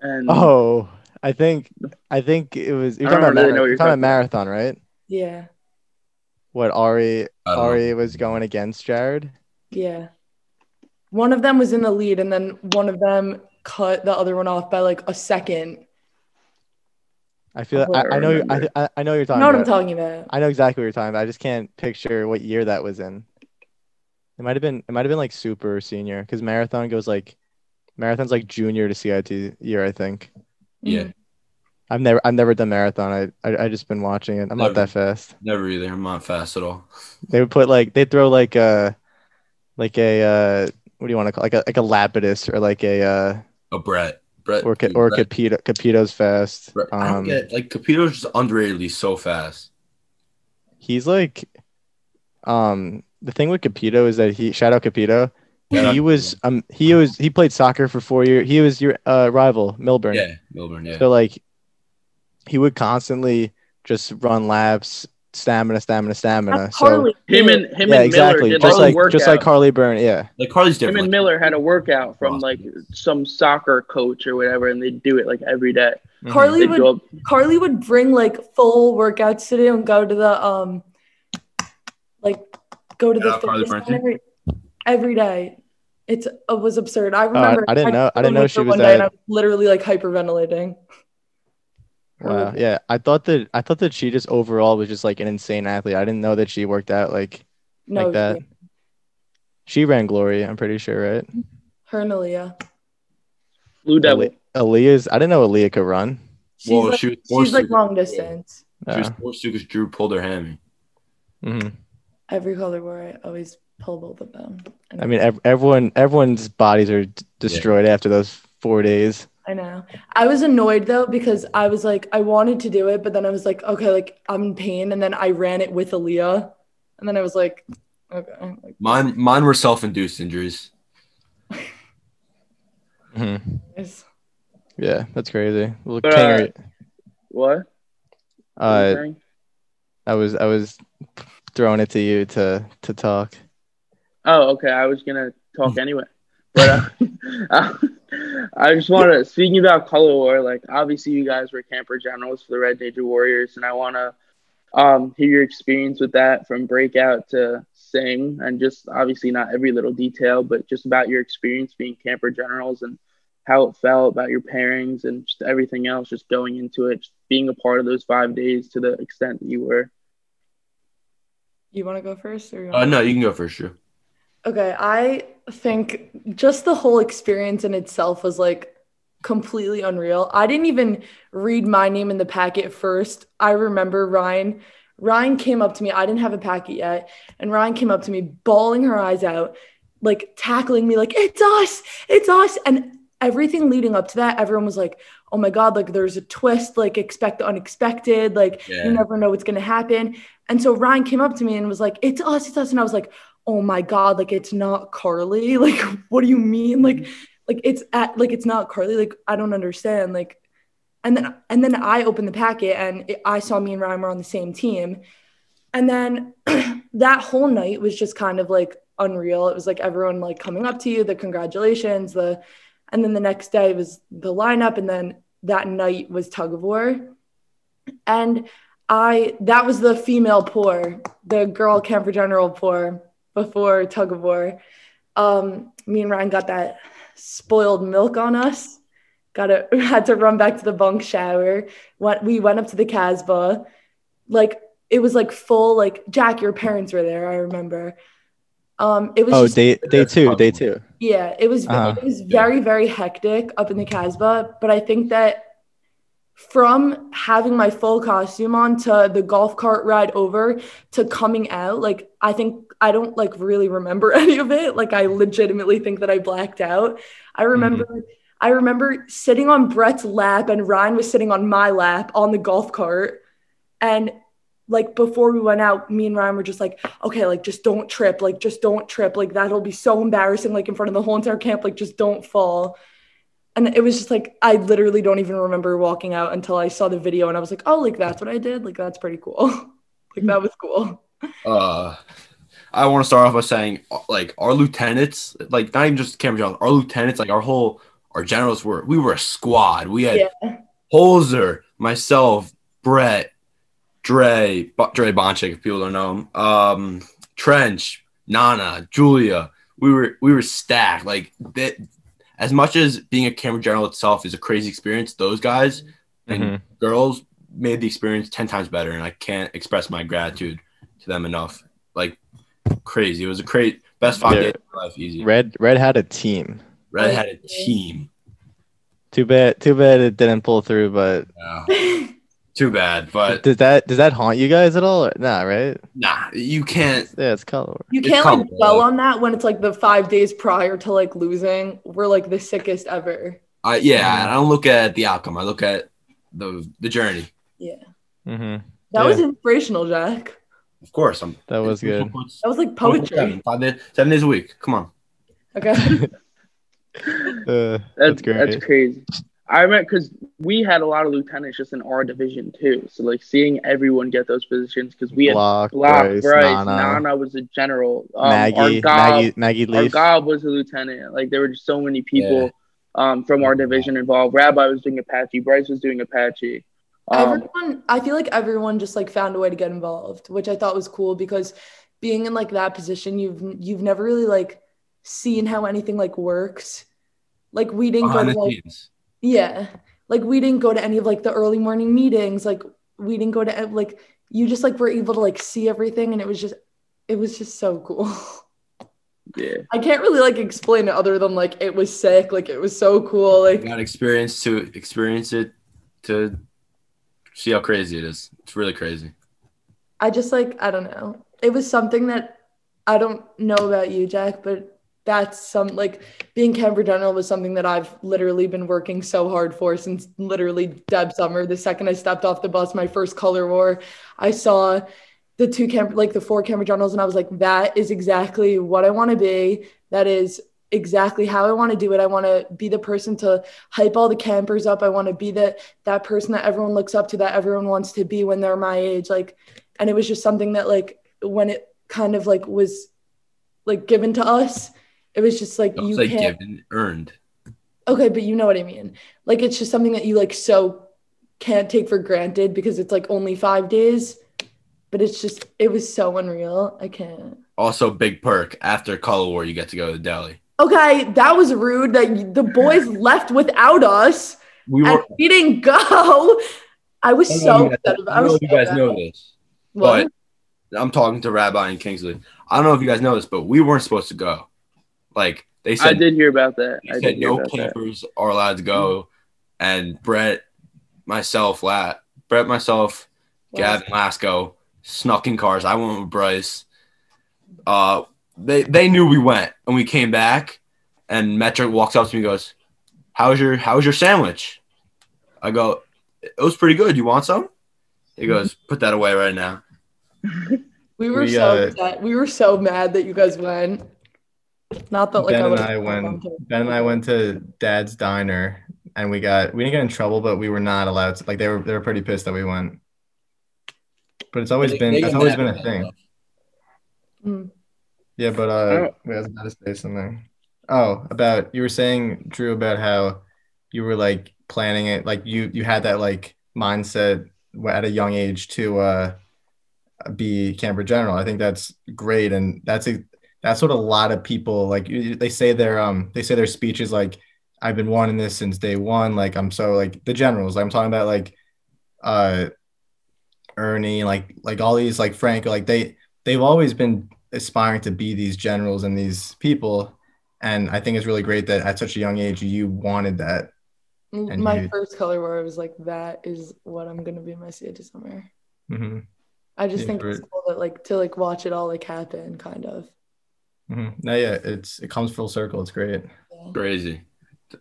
And
[laughs] Oh, I think I think it was. You're
I
talking
don't
about,
really
marathon,
know what
you're
you're
talking about
talking about.
marathon, right?
Yeah.
What Ari
I don't know.
Ari was going against Jared.
Yeah. One of them was in the lead and then one of them cut the other one off by like a second.
I feel.
Oh,
I,
I
I know. you- I,
remember.
I I know what you're
You
talking.
know what
about.
I'm talking about.
I know exactly what you're talking about. I just can't picture what year that was in. It might have been it might have been like super senior because marathon goes like marathon's like junior to CIT year, I think.
Yeah.
Mhm.
I've never I've never done marathon. I I, I just been watching it. I'm not
Never.
that fast.
Never either. I'm not fast at all.
They would put like they throw like a like a uh what do you want to call like a like a Lapidus or like a uh
A Oh, Brett. Brett.
or ca-
dude,
or
Brett-
Capito Capito's fast.
Brett- I don't
Um
get like Capito's just underratedly so fast.
he's like um the thing with Capito is that he shout out Capito.
Yeah.
he was um he was he played soccer for four years. He was your uh, rival Milburn.
Yeah, Milburn. Yeah.
So like he would constantly just run laps, stamina, stamina, stamina.
That's
So
Carly.
him and him
yeah,
and
exactly.
Miller did
Just
like,
like
a workout.
just like Carly Byrne. Yeah,
like Carly's
him
different.
and
Like,
Miller had a workout from like some soccer coach or whatever, and they would do it like every day.
Mm-hmm.
Carly
They'd
would
go up-
Carly would bring like full workouts to do and go to the um like go to
Yeah,
the
Carly
fitness
Bernstein.
center every day. It's it was absurd. I
Oh, I-
remember
Uh, I didn't know- I didn't know
with
she
her
was
one day and
that-
I was literally like hyperventilating.
Wow. uh, Yeah, I thought that I thought that she just overall was just like an insane athlete. I didn't know that she worked out like
No,
like that.
she-
She ran Glory. I'm pretty sure, right?
her and Aaliyah.
Blue Devil.
Aaliyah's. I didn't know Aaliyah could run. Uh,
She's
Whoa,
like,
she was
she's
forced
like
to-
long distance.
She was
Yeah.
forced to because Drew pulled her hammy.
Mhm.
Every color where I always pull both of them. And
I mean, ev- everyone, everyone's bodies are d- destroyed after those four days.
I know. I was annoyed though because I was like, I wanted to do it, but then I was like, okay, like I'm in pain, and then I ran it with Aaliyah, and then I was like, okay, like,
Mine, mine were self-induced injuries.
it's-
Yeah, that's crazy. Little
But,
Kangaroo-
What?
uh, I was, I was throwing it to you to to talk.
Oh, okay. I was gonna talk anyway, but uh, [laughs] I just want to speaking about color war. Like, obviously, you guys were camper generals for the Red Ninja Warriors, and I want to um, hear your experience with that from breakout to sing, and just obviously not every little detail, but just about your experience being camper generals and how it felt about your pairings and just everything else, just going into it, just being a part of those five days to the extent that you were.
you want to go first or you
Uh,
wanna-
no, you can go first, Drew.
Okay, I think just the whole experience in itself was like completely unreal. I didn't even read my name in the packet first. I remember Ryan. Ryan came up to me. I didn't have a packet yet. And Ryan came up to me, bawling her eyes out, like tackling me, like, it's us, it's us. And everything leading up to that, everyone was like, oh my God, like there's a twist, like expect the unexpected, like
Yeah.
you never know what's going to happen. And so Ryan came up to me and was like, it's us, it's us. And I was like, oh my god like it's not carly [laughs] like what do you mean like like it's at like it's not carly like i don't understand like and then and then i opened the packet and it, i saw me and ryan were on the same team and then [clears throat] that whole night was just kind of like unreal it was like everyone like coming up to you the congratulations the And then the next day was the lineup, and then that night was tug of war. And I that was the female pour, the girl camper general pour before tug of war. Um, me and Ryan got that spoiled milk on us. Got to [laughs] had to run back to the bunk shower. Went, we went up to the Casbah. Like it was like full. Like Jack, your parents were there. I remember. Um, it was
Oh,
just-
day day two, day two.
yeah, it was
Uh-huh.
it was very very hectic up in the Casbah, but I think that from having my full costume on to the golf cart ride over to coming out, like I think I don't like really remember [laughs] any of it. Like I legitimately think that I blacked out. I remember I remember sitting on Brett's lap and Ryan was sitting on my lap on the golf cart and like before we went out, me and Ryan were just like, okay, like just don't trip, like just don't trip, like that'll be so embarrassing, like in front of the whole entire camp, like just don't fall. And it was just like I literally don't even remember walking out until I saw the video and I was like, oh, like that's what I did, like that's pretty cool, [laughs] like that was [laughs] cool.
Uh, I want to start off by saying, uh, like, our lieutenants, like, not even just Cameron Jones, our lieutenants, like, our whole, our generals were, we were a squad. We had Holzer, myself, Brett, Dre, Bo- Dre Bonchik, if people don't know him, um, Trench, Nana, Julia. We were, we were stacked. Like, that, as much as being a Cameron general itself is a crazy experience, those guys and
Mhm.
girls made the experience 10 times better and i can't express my gratitude to them enough like crazy it was a great best five
Yeah.
days of my life easy red,
Red Red had a team.
had a team
Too bad too bad it didn't pull through, but
Yeah. too bad but
does that does that haunt you guys at all? Or, nah, right?
nah you can't
Yeah, it's color.
You
It's
can't like
comfortable.
dwell on that when it's like the five days prior to like losing. We're like the sickest ever.
i yeah i don't look at the outcome i look at the the journey
Yeah.
Mm-hmm.
That was
Yeah.
inspirational, Jack.
of course i'm
That was good.
That was like
Seven,
poetry.
five days, seven days a week come on
Okay.
Uh,
That's
that's great.
that's crazy. I remember because we had a lot of lieutenants just in our division too. So like seeing everyone get those positions because we had
Block,
Block,
Bryce,
Bryce,
Nana,
Nana. um, was a general. Um,
Maggie, Maggie,
Argyle,
Maggie Leaf.
Argyle was a lieutenant. Like there were just so many people um, from our division involved. Rabbi was doing Apache. Bryce was doing Apache. Um,
everyone i feel like everyone just like found a way to get involved which i thought was cool because being in like that position you've you've never really like seen how anything like works like we didn't go
behind
to
the
like
scenes
yeah like we didn't go to any of like the early morning meetings like we didn't go to like you just like were able to like see everything and it was just it was just so cool [laughs]
yeah.
i can't really like explain it other than like it was sick like it was so cool
you
like
got experience to experience it to see how crazy it is it's really crazy
I just like I don't know. It was something that I don't know about you, Jack, but that's some like being Canberra General was something that I've literally been working so hard for since literally Deb summer. The second I stepped off the bus, my first color war, I saw the two camp like the four Canberra Generals, and I was like, that is exactly what I want to be. That is exactly how I want to do it. I want to be the person to hype all the campers up. I want to be that that person that everyone looks up to, that everyone wants to be when they're my age. Like and it was just something that like when it kind of like was like given to us it was just like you
it's like
can't
given earned
okay but you know what i mean like it's just something that you like so can't take for granted because it's like only five days but it's just it was so unreal i can't
Also, big perk after Color War, you get to go to the deli.
okay that was rude that you- the boys left without us
We
and
were.
we didn't go [laughs] i was
I don't
so
know if you guys-
upset
I
about I
don't know
was
if you
so
guys
mad.
know this,
What?
but I'm talking to Rabbi and Kingsley. I don't know if you guys know this, but we weren't supposed to go. Like they
I
said,
did hear about that.
they
I
said
did hear
no
about that.
campers are allowed to go, and Brett, myself, La- Brett, myself, Gavin Lasco snuck in cars. I went with Bryce. Uh, they they knew we went, and we came back. And Metric walks up to me, and goes, "How's your How's your sandwich?" I go, "It was pretty good. You want some?" He goes, "Put that away right now."
We were
We,
so
uh,
upset. We were so mad that you guys went. Not that like
ben and
would've
I went.
gone to-
Ben and I went to Dad's diner, and we got we didn't get in trouble, but we were not allowed. To, like they were they were pretty pissed that we went. But it's always
They-
been
they
that's
get
always
mad
been
at
a
that
thing.
stuff.
Mm.
Yeah, but
I
uh,
don't-
we was about to say something.
Oh, about you were saying, Drew, about how you were like planning it, like you you had that like mindset at a young age to uh be Cambridge General. I think that's great, and that's a that's what a lot of people like. you- They say their um they say their speeches like I've been wanting this since day one. Like I'm so like the generals. I'm talking about like uh Ernie, like like all these like Frank, like they they've always been aspiring to be these generals and these people. And I think it's really great that at such a young age you wanted that.
L-
And
Mm, my
you-
first color war, I was like, that is what I'm gonna be my CA to summer.
hmm
I just
Yeah,
think it's cool that like to like watch it all like happen, kind of.
hmm No, yeah, it's it comes full circle. It's great.
Yeah.
Crazy.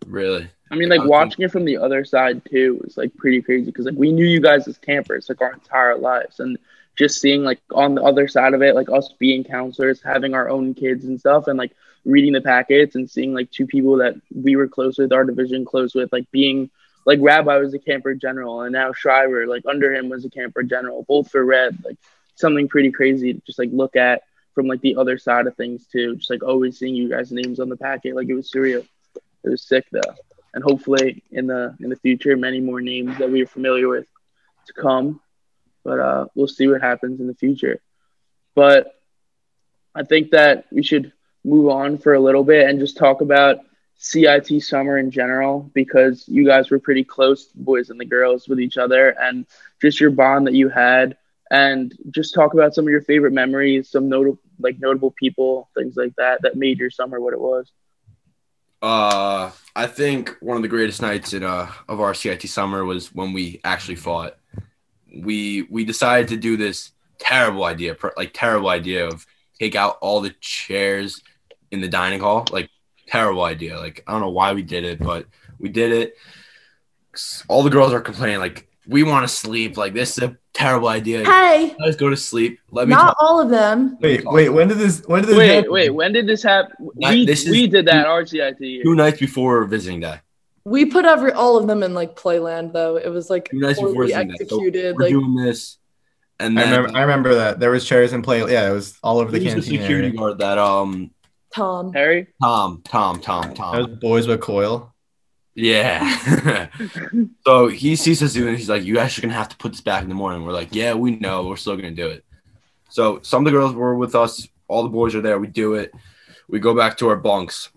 Really.
I mean, like watching it from the other side too was like pretty crazy because like we knew you guys as campers like our entire lives, and just seeing like on the other side of it, like us being counselors, having our own kids and stuff, and like reading the packets and seeing like two people that we were close with, our division close with, like being like Rabbi was a camper general, and now Shriver like under him was a camper general, both for Red, like something pretty crazy to just like look at from like the other side of things too, just like always seeing you guys' names on the packet, like it was surreal. It was sick though and hopefully in the in the future many more names that we are familiar with to come but uh, we'll see what happens in the future but i think that we should move on for a little bit and just talk about cit summer in general because you guys were pretty close the boys and the girls with each other and just your bond that you had and just talk about some of your favorite memories some notable like notable people things like that that made your summer what it was
Uh, I think one of the greatest nights in uh of our CIT summer was when we actually fought. We we decided to do this terrible idea, pr- like terrible idea of take out all the chairs in the dining hall. Like terrible idea. Like I don't know why we did it, but we did it. S- All the girls are complaining like we want to sleep. Like this is a terrible idea.
Hey,
Let us go to sleep. Let me
not
talk.
all of them.
Let me
Wait,
talk.
wait, when did this when did this
Wait,
happen?
wait. When did this happen?
That-
we
this is-
we did that RCIT. year.
Two nights before visiting day.
We put every all of them in like playland though. It was like
You guys were
poorly
forcing that. So
executed.
We're
Like
doing this, and
I
then
remember I remember that. There was chairs in play. Yeah, it was all over the
Who's the
canteen
security
area.
guard that um
Tom.
Harry.
Tom Tom Tom Tom.
That was Uh, boys with coil.
yeah. [laughs] so he sees us doing. it, He's like, "You guys are gonna have to put this back in the morning." We're like, "Yeah, we know. We're still gonna do it." So some of the girls were with us. All the boys are there. We do it. We go back to our bunks,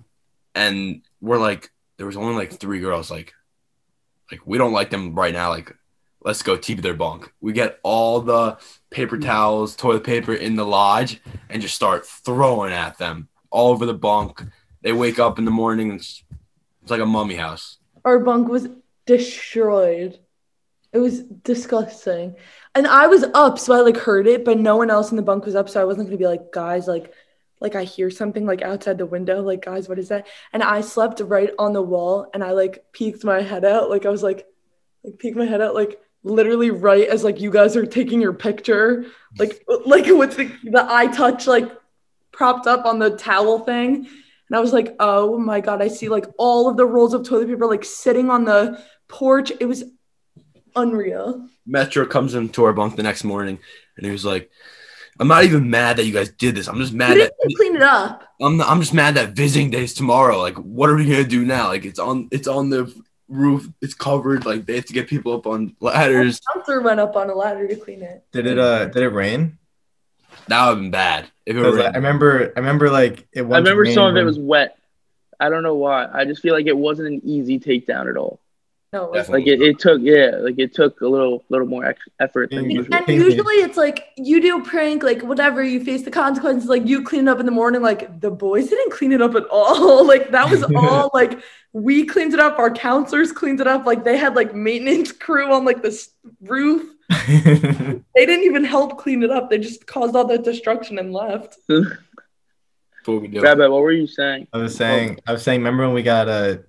and we're like, there was only like three girls. Like, like we don't like them right now. Like, let's go TP their bunk. We get all the paper towels, toilet paper in the lodge, and just start throwing at them all over the bunk. They wake up in the morning. And it's, it's like a mummy house.
Our bunk was destroyed. It was disgusting. And I was up, so I like heard it, but no one else in the bunk was up, so I wasn't gonna be like, guys, like like I hear something like outside the window, like guys, what is that? And I slept right on the wall and I like peeked my head out, like I was like like peeked my head out like literally right as like you guys are taking your picture, like like with the, the eye touch like propped up on the towel thing. And I was like, oh my God, I see like all of the rolls of toilet paper like sitting on the porch. It was unreal.
Metro comes into our bunk the next morning, and he was like, "I'm not even mad that you guys did this. I'm just
We
mad that
didn't even clean it up.
I'm not, I'm just mad that visiting day is tomorrow. Like, what are we gonna do now? Like, it's on it's on the roof. It's covered. Like, they have to get people up on ladders.
Counselor went up on a ladder to clean it.
Did it uh did it rain?
That would have been bad if it
I, was
were.
like- I remember I remember like it
I
once
remember some of
rained
it was
when-
wet. I don't know why. I just feel like it wasn't an easy takedown at all.
No, it wasn't.
Like it, it took yeah, like it took a little little more ex- effort than
Mm-hmm.
Yeah.
usual.
And usually it's like you do a prank, like whatever, you face the consequences, like you clean it up in the morning. Like the boys didn't clean it up at all. [laughs] like that was all like we cleaned it up, our counselors cleaned it up. Like they had like maintenance [laughs] crew on like the s- roof.
[laughs]
They didn't even help clean it up. They just caused all that destruction and left.
That's what we do.
Rabbi, what were you saying?
I was saying I was saying remember when we got a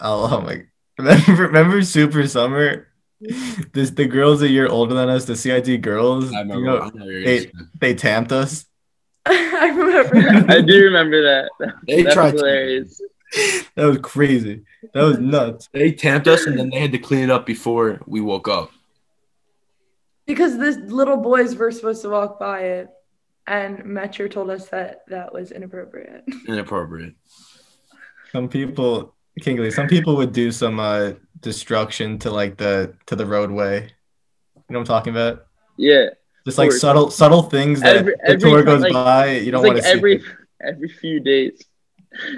oh, oh my [laughs] remember remember
[laughs]
Super Summer? This the girls a year older than us, the CIT girls,
I remember.
you know,
I know you're
it-
gonna say.
they tamped us.
[laughs] I remember.
I do remember that. That,
They
that
tried.
was
To,
hilarious.
That was crazy. That was nuts.
they tamped us, and then they had to clean it up before we woke up.
Because the little boys were supposed to walk by it, and Metro told us that that was inappropriate.
Inappropriate.
Some people, Kingley, some people would do some uh, destruction to like the to the roadway. You know what I'm talking about?
Yeah.
Just
Of
like
course.
subtle subtle things that
Every-
the
every
tour
time,
goes
like-
by. You don't
it's
want
like
to see.
every
it.
every few days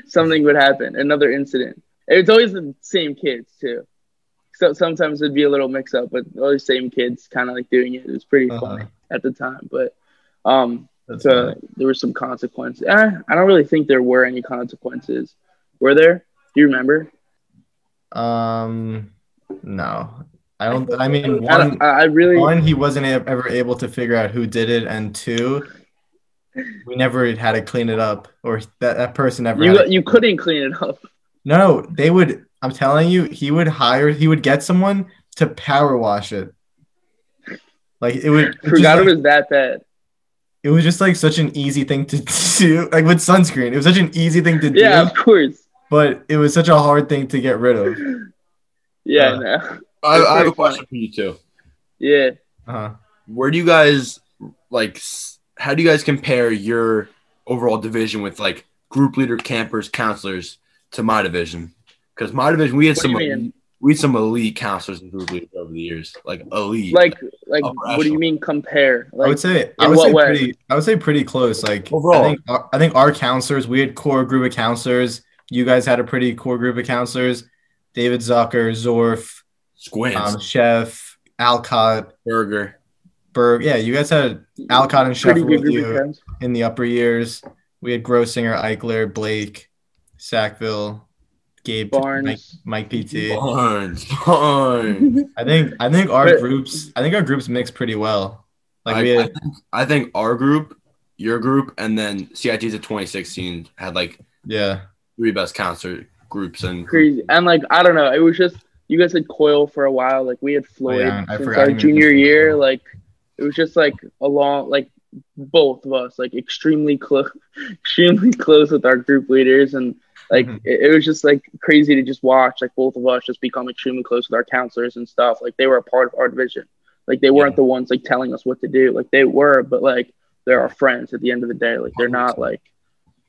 something would happen another incident And it's always the same kids too so sometimes it'd be a little mix up but always same kids kind of like doing it it was pretty
Uh-huh.
funny at the time but um
That's
so
bad.
there were some consequences Eh, i don't really think there were any consequences were there do you remember
Um, no, I don't. I mean,
I,
one
don't, I I really
one he wasn't e- ever able to figure out who did it, and two, we never had to clean it up, or that that person never. had
you
to-
you couldn't clean it
[laughs]
up
No, they would. I'm telling you, he would hire. He would get someone to power wash it. Like it would. it just,
forgot
like,
it was that bad
it was just like such an easy thing to [laughs] do. Like with sunscreen, it was such an easy thing to do,
yeah of course
but it was such a hard thing to get rid of.
yeah
Uh,
no. [laughs]
I, I have
Pretty
a
funny.
question for you too.
yeah
Uh-huh.
Where do you guys like? s- How do you guys compare your overall division with like group leader, campers, counselors to my division? Because my division, we had
What do
some
you
elite,
mean?
we had some elite counselors and group leaders over the years, like elite.
like like
Oh,
what do you
rational.
mean compare
I
like
would say I
in
would
what
say
way?
pretty I would say pretty close. Like
Overall.
I think our, I think our counselors, we had core group of counselors. You guys had a pretty core group of counselors. David Zucker, Zorf,
Squints,
um, Chef, Alcott,
Burger.
Berg. Yeah, you guys had Alcott and Chef
pretty good
with
group of
you
friends
in the upper years. We had Grossinger, Eichler, Blake, Sackville, Gabe, Mike,
Barnes.
Mike PT.
Barnes, Barnes.
I think I think our
But-
groups I think our groups mixed pretty well. Like
I-
we had
I think our group, your group, and then CIT's of 2016 had like
yeah.
three best counselor groups and
Crazy. And like I don't know, it was just you guys had Coil for a while. Like we had Floyd
Oh, yeah, I
since
forgot
our
you
junior
mentioned
year.
Coil.
Like it was just like along like both of us like extremely close, [laughs] extremely close with our group leaders and. Like
Mhm.
it, it was just like crazy to just watch like both of us just become extremely close with our counselors and stuff. Like they were a part of our division. Like they weren't the ones like telling us what to do. Like they were, but like they're our friends at the end of the day. Like
Oh,
they're not like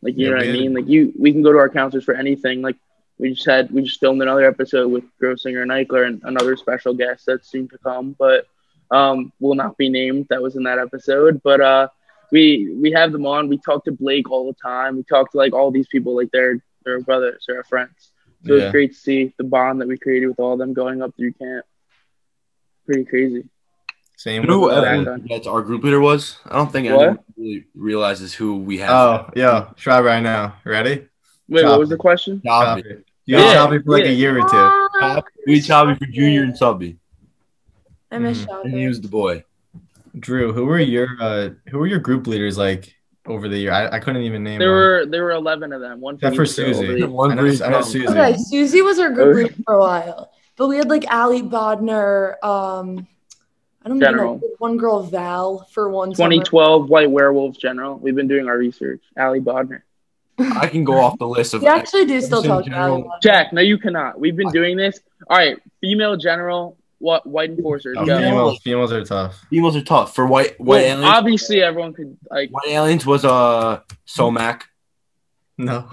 like you
Yeah,
know what
we
I
had-
mean? Like you we can go to our counselors for anything. Like we just had we just filmed another episode with Grossinger and Eichler and another special guest that's soon to come, but um will not be named that was in that episode. But uh we we have them on. We talk to Blake all the time. We talk to like all these people like they're they're brothers, they're our friends. So
Yeah.
it's great to see the bond that we created with all of them going up through camp. Pretty crazy.
Same
You know who
with, uh,
Exactly.
everyone forgets our group leader was? I don't think
What?
anyone really realizes who we have.
Oh, yo, Shriver, I know. Ready?
Wait, what
Choppy.
was the question?
Chubby.
Choppy. You yeah,
Yeah,
Choppy for like
yeah.
a year or
Uh,
two.
Ah.
We had Chubby for junior and subby,
I miss
Mhm.
and Mm-hmm. he
Shopping.
was the boy.
Drew, who were your uh, who were your group leaders like over the year? I, I couldn't even name
There
them.
were there were eleven of them. One for
Except for
each girl over
Susie.
the-
I know, I know Susie.
Okay, Susie was our
Oh.
group leader for a while, but we had like Ali Bodner. Um, I don't
General.
know. One girl, Val, for one. summer.
2012 White Werewolves General. We've been doing our research. Ali Bodner.
I can go off the list of
We actually do still
Just in
talk about Ali
general.
Bodner.
Jack, no, you cannot. We've been doing this. All right, female general, what white enforcers?
Oh,
go.
female.
females, females are tough.
females are tough for white white
Well,
aliens.
obviously, everyone could like
white aliens was uh Somac.
No.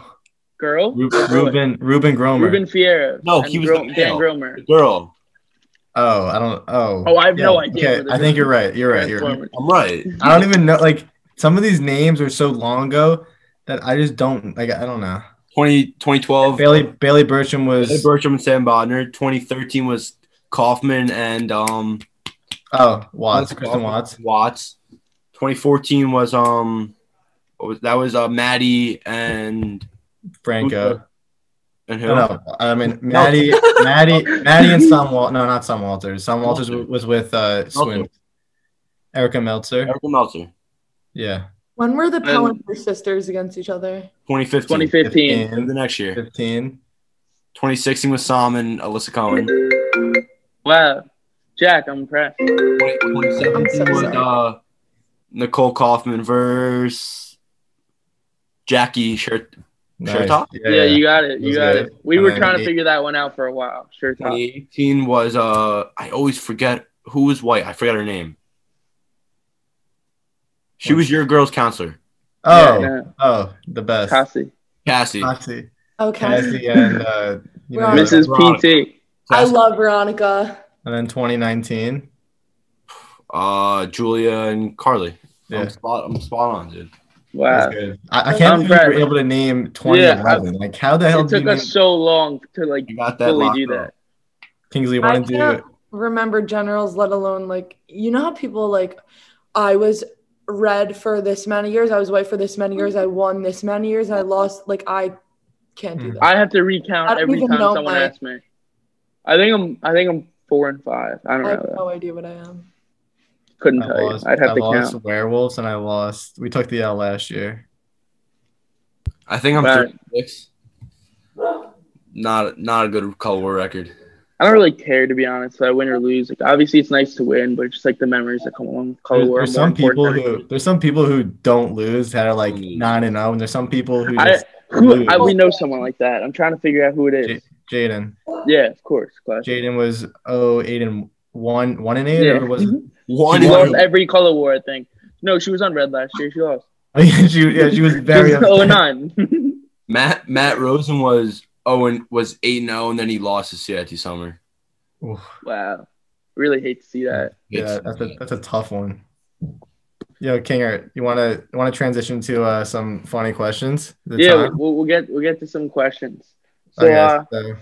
girl.
Ru- Ruben Ruben Gromer.
Ruben Fierro.
No,
and
he was
Gro-
the
Dan
male.
Gromer.
The girl.
Oh, I don't oh.
Oh, I have no
Yeah,
idea where
Okay,
this
I
is.
think you're right. You're right. You're right.
Transformers.
I'm right.
I don't even know like some of these names are so long ago that I just don't like I don't know.
20, 2012,
Bailey Bailey Bertram
Ed
was
Bertram and Sam Bodner. 2013 was Kaufman and um
oh Watts, Kristen Watts.
Watts. 2014 was um what was that was uh Maddie and
Franco.
and who?
No, no, I mean Maddie, Maddie, Maddie, and Sam Wal. No, not Sam Walters. Sam Walters
Meltzer.
was with uh, Swim. Erica Meltzer.
Erica Meltzer.
Yeah,
When were the
And-
Palantir sisters against each other?
2015.
2015.
And the next year.
15.
2016 was Sam and Alyssa Cohen.
Wow, Jack, I'm impressed.
2017
I'm so
was
sorry.
uh, Nicole Kaufman versus Jackie Shirt. Sure talk.
Yeah, you got it. You
Those
got
guys.
it. We were
And
trying to
he-
figure that one out for a while. Sure, Tom.
2018 was uh, I always forget who was white. I forgot her name. She was your girls counselor,
oh,
Yeah,
oh, the best.
Kasi.
Cassie.
Cassie.
Okay.
Cassie and uh, you know,
Right.
Mrs.
Veronica.
PT.
I love Veronica.
and then 2019.
uh, Julia and Carly.
Yeah,
I'm spot. I'm spot on, dude.
Wow.
that's good. I, I
I'm
can't believe you
proud.
were able to name 2011. like, how the hell
It
did you
took
name
us so long to like
You got that.
fully
locked
do
up.
that.
Kingsley?
I
Want to do?
can't remember generals, let alone like you know how people like I was red for this many years, I was white for this many years, I won this many years, I lost. Like I can't do
Mm.
that.
I have to
I
recount
don't
every
even
time
know
someone
my-
asks me. I think I'm. I think I'm four and five. I don't
I have
know.
no idea what I am.
Couldn't
I
tell
lost-
you. I'd have
I
to
lost
count.
werewolves and I lost. We took the L last year.
I think I'm
Right.
36. Not not a good Cold War record.
I don't really care to be honest. If I win or lose, like obviously it's nice to win, but just like the memories that come along with Color
There's,
War.
there's
are more
some people
important.
who there's some people who don't lose that are like
Mm.
nine and zero, and there's some people who
I-
just
Who, I,
lose.
we know someone like that. I'm trying to figure out who it is.
Jaden.
Yeah, of course. Clash.
Jaden was oh eight and one one and eight,
Yeah. Mm-hmm.
or was it?
One.
She
She
lost
won.
every Color War, I think. No, she was on red last year. She lost.
Oh, [laughs] yeah, she, yeah, she was very
She was
upset.
09.
Matt Matt Rosen was oh and was eight and zero, and then he lost to CIT Summer.
Oof,
[laughs] wow. Really hate to see that.
yeah,
It's-
that's a that's a tough one. Yo, Kinger, you wanna you wanna transition to uh, some funny questions? The
yeah,
time?
we'll, we'll get we'll get to some questions. So
Okay,
uh,
so-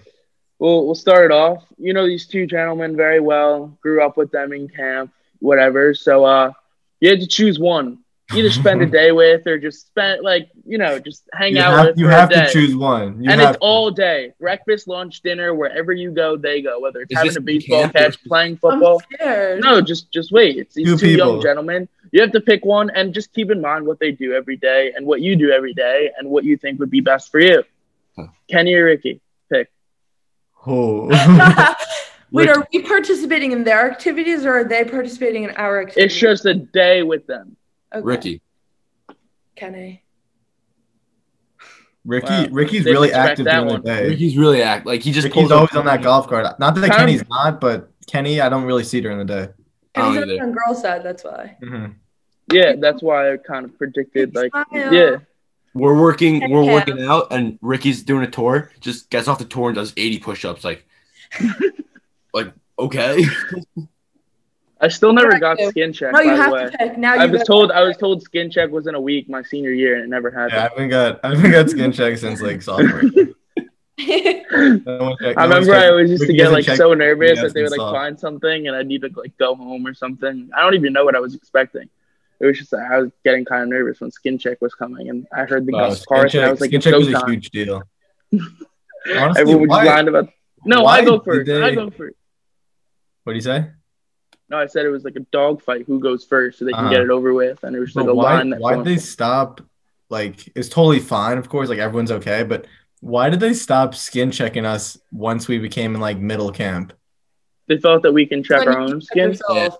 we'll we'll start it off. You know these two gentlemen very well. Grew up with them in camp, whatever. So uh, you had to choose one. Either
[laughs]
spend a day with, or just spend like you know just hang
you
out
have,
with.
you
for a
have
day.
to choose one. You
and
have
it's
to.
all day: breakfast, lunch, dinner, wherever you go, they go. Whether it's
Is
having
this
a baseball
camp or-
catch, playing football.
I'm scared.
No, just just wait. It's these
Two
two,
people.
young gentlemen. You have to pick one, and just keep in mind what they do every day, and what you do every day, and what you think would be best for you.
Huh.
Kenny or Ricky? [laughs]
Oh.
[laughs]
[laughs]
Wait, are we participating in their activities or are they participating in our
It's
activities?
just a day with them.
Okay.
Ricky.
Kenny.
Ricky,
Wow.
Ricky's
They
really
respect
active
that
during the
one.
day.
Ricky's really act like he just
Ricky's
up-
always on that golf cart. Not that
Kinda-
Kenny's not, but Kenny, I don't really see during the day.
Oh,
I
Kenny's
don't
on
either.
the girl side, that's why.
Mhm.
Mm-hmm.
Yeah, that's why I kind of predicted like
Smile.
yeah.
We're working. We're
Yeah.
working out, and Ricky's doing a tour. Just gets off the tour and does eighty push-ups.
[laughs]
Like, like okay. [laughs]
I still never got
Correct.
skin check
No, you
by
have
the way.
to pick. Now
I
you
was
got-
told I was told skin check was in a week my senior year and it never
Yeah, I
happened.
haven't got I haven't got skin check since like sophomore.
[laughs]
year. No
[laughs]
one check-
I remember
no one's
I
checked-
always used to
Ricky
get
hasn't
like
checked-
so nervous
Yeah,
that they would
it's
like
soft.
find something and I need to like go home or something. I don't even know what I was expecting. It was just that I was getting kind of nervous when skin check was coming and I heard the
Oh,
Gus
skin
Carson.
check,
I was like,
skin
it's
check
go
was a
time.
huge deal. Honestly,
Everyone was
why-
just lying about. No,
why
I go
did
first. I
they-
go first.
What do you say?
No, I said it was like a dog fight. Who goes first, so they can
Uh-huh.
get it over with. And it was just, like a
But why
line that.
why
formed.
did they stop? Like it's totally fine, of course. Like everyone's okay, but why did they stop skin checking us once we became in like middle camp?
They thought that we can check
When
our
you
own
check
skin.
yourself.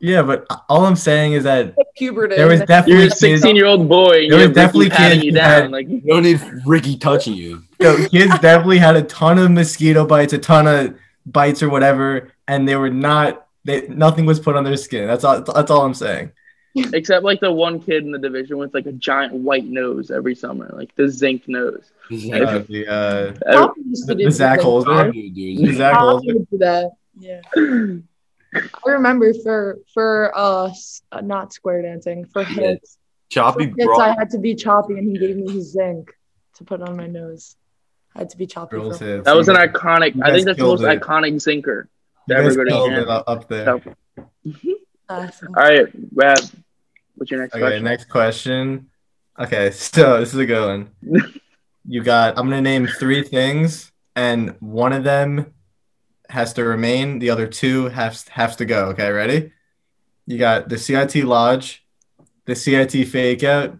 Yeah, but all I'm saying is that
Puberty.
there was
You're
definitely
a 16 year old boy. And
There
you're
was definitely
definitely patting
kids
you
who
down.
had-
Like [laughs]
You don't need Ricky touching you.
Yo, kids definitely had a ton of mosquito bites, a ton of bites or whatever, and they were not. They nothing was put on their skin. That's all. That's all I'm saying.
except like the one kid in the division with like a giant white nose every summer, like the zinc nose.
He's
Yeah.
Uh,
like,
the, uh,
Ev-
the, the Zach Holzer.
dude,
The
dude.
Zach Holzer.
do that. Yeah. I remember for for uh s- uh, not square dancing for hits. For
Choppy
hits,
brought
I had to be choppy, and he gave me his zinc to put on my nose. I had to be choppy.
Girls
for-
hits.
that was an
You
iconic.
You
I
guys
think that's the most
killed it.
iconic zinker. to
guys
everybody
killed
in.
it up up there.
So,
Awesome.
[laughs] all right, Rab, what's your next
Okay,
question?
next question. Okay, [laughs] so this is a good
[laughs]
one. You got. I'm gonna name three things, and one of them has to remain. The other two have have to go. Okay, ready? You got the CIT lodge, the CIT fake out,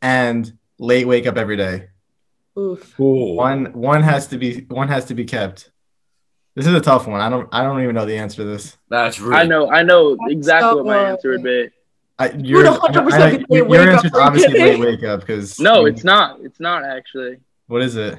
and late wake up every day.
Oof.
cool.
One one has to be one has to be kept. This is a tough one. I don't I don't even know the answer to this.
That's really.
I know, I know
That's
exactly
so
what my
good.
answer would be.
I, your, I,
100%
I-
be late
your
wake up,
answer is
are you
obviously late
kidding?
wake up because
No, it's not. It's not actually.
What is it?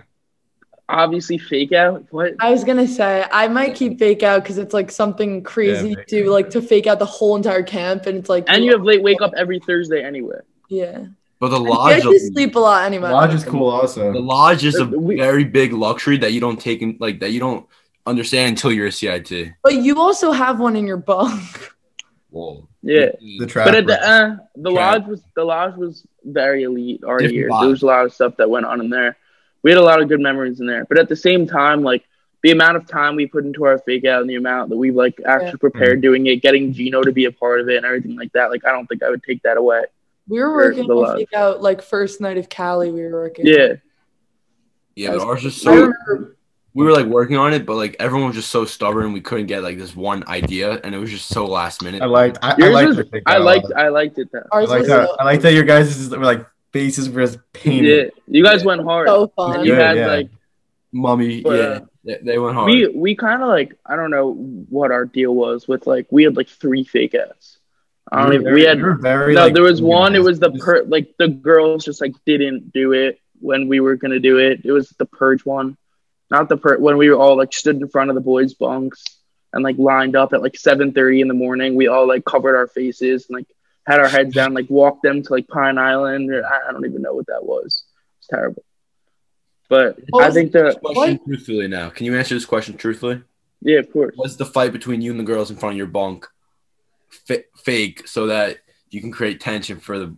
Obviously, fake out. What?
I was gonna say I might keep fake out because it's like something crazy
fake
to like to fake out the whole entire camp, and it's like
And you have late wake up every Thursday anyway.
yeah.
But the
I
lodge,
actually sleep a lot anyway.
Lodge is cool
the
also.
lodge is a
We-
very big luxury that you don't take in, like that you don't understand until you're a CIT.
But you also have one in your bunk. [laughs]
Whoa.
Yeah.
The
But
trap.
at the
room.
uh, the
Yeah.
lodge was the lodge was very elite our
Different
year.
vibe.
There was a lot of stuff that went on in there. We had a lot of good memories in there. But at the same time, like the amount of time we put into our fake out and the amount that we like actually
Hmm.
prepared doing it, getting Gino to be a part of it and everything like that, like I don't think I would take that away.
We were
Where's
working
the
on
lodge?
fake out like first night of Cali. We were working.
Yeah.
Yeah, but ours was
I
so
remember
we were like working on it, but like everyone was just so stubborn. We couldn't get like this one idea, and it was just so last minute.
I liked. I, I
Yours
liked.
was-
the fake
I
out a
liked
lot.
I liked it though.
I
ours
like
was
that.
so,
I like that your guys were like faces were just
Yeah.
painted.
You guys
Yeah.
went hard.
so
And
fun.
you
Yeah,
had
yeah.
like
Mummy,
But,
yeah,
uh,
they, they went hard.
we uh, we kind of like I don't know what our deal was with like we had like three fake outs. I don't
You
even,
were very-
we had
you were very,
no.
like,
there was one. It was the
just-
per like the girls just like didn't do it when we were gonna do it. It was the purge one, not the purge when we were all like stood in front of the boys' bunks and like lined up at like seven thirty in the morning. We all like covered our faces and like had our heads down, like walked them to like Pine Island or I, I don't even know what that was. It's terrible. But
What
I
was
think the
question truthfully now. Can you answer this question truthfully?
yeah, of course.
Was the fight between you and the girls in front of your bunk fa- fake so that you can create tension for the?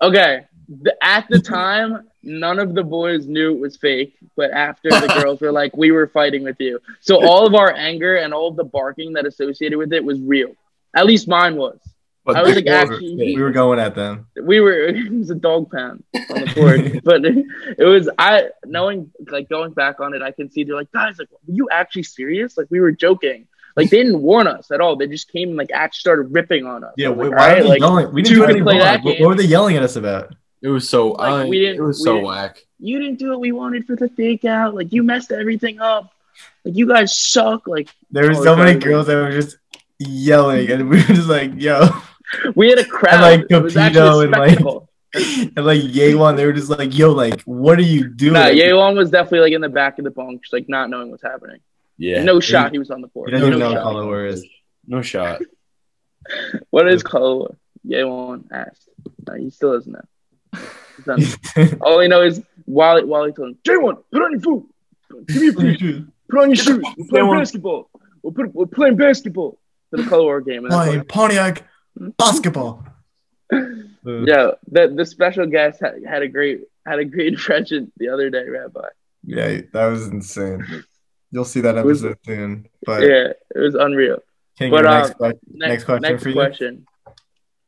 Okay. The, at the time, none of the boys knew it was fake, but after the girls were like, we were fighting with you. So all of our anger and all of the barking that associated with it was real. At least mine was.
But
I was like,
the girls were
actually-
fake.
We were going at them.
We were, [laughs] it was a dog pound on the court. but it was, I, knowing, like, going back on it, I can see they're like, guys, like, were you actually serious? Like, we were joking. Like, they didn't warn us at all. They just came and, like, actually started ripping on us.
Yeah.
I'm
Why
like, "All
why are
right,
they
like,
yelling? We
two
didn't do
can
anything
play
wrong.
that
What,
game.
what were they yelling at us about?
It was so
Like,
I-
we didn't-
It was
we
so
didn't-
whack.
you didn't do what we wanted for the fake out. Like you messed everything up. Like you guys suck. Like
There were
Oh,
so many
sorry.
girls that were just yelling, and we were just like, "Yo!" [laughs]
we had a crowd.
like,
it was actually a
Capito and, like- [laughs]
spectacle.
and like Yewan, they were just like, "Yo, like, what are you doing?"
Nah, Yeon was definitely like in the back of the bunk, just, like not knowing what's happening.
Yeah,
No shot. He was on the
He
court.
doesn't even
No
know what
shot.
color
[laughs]
war is.
no shot.
What is color? Yeon asked. No, he still doesn't know. He's not- [laughs] All he knows is Wally. Wally told him, J1, put on your food. Give
[laughs]
me your food. Put on your shoes. We're playing
J1.
basketball. We're, put, we're playing basketball for the color war game. And that's what-
Playing Pontiac
[laughs]
basketball. yeah.
Yeah, the the special guest had, had a great had a great [laughs] impression the other day, Rabbi.
yeah, that was insane. You'll see that
Was-
episode soon. But
Yeah, it was unreal.
can you
but,
go
uh,
next question?
Ne-
Next question for you.
question.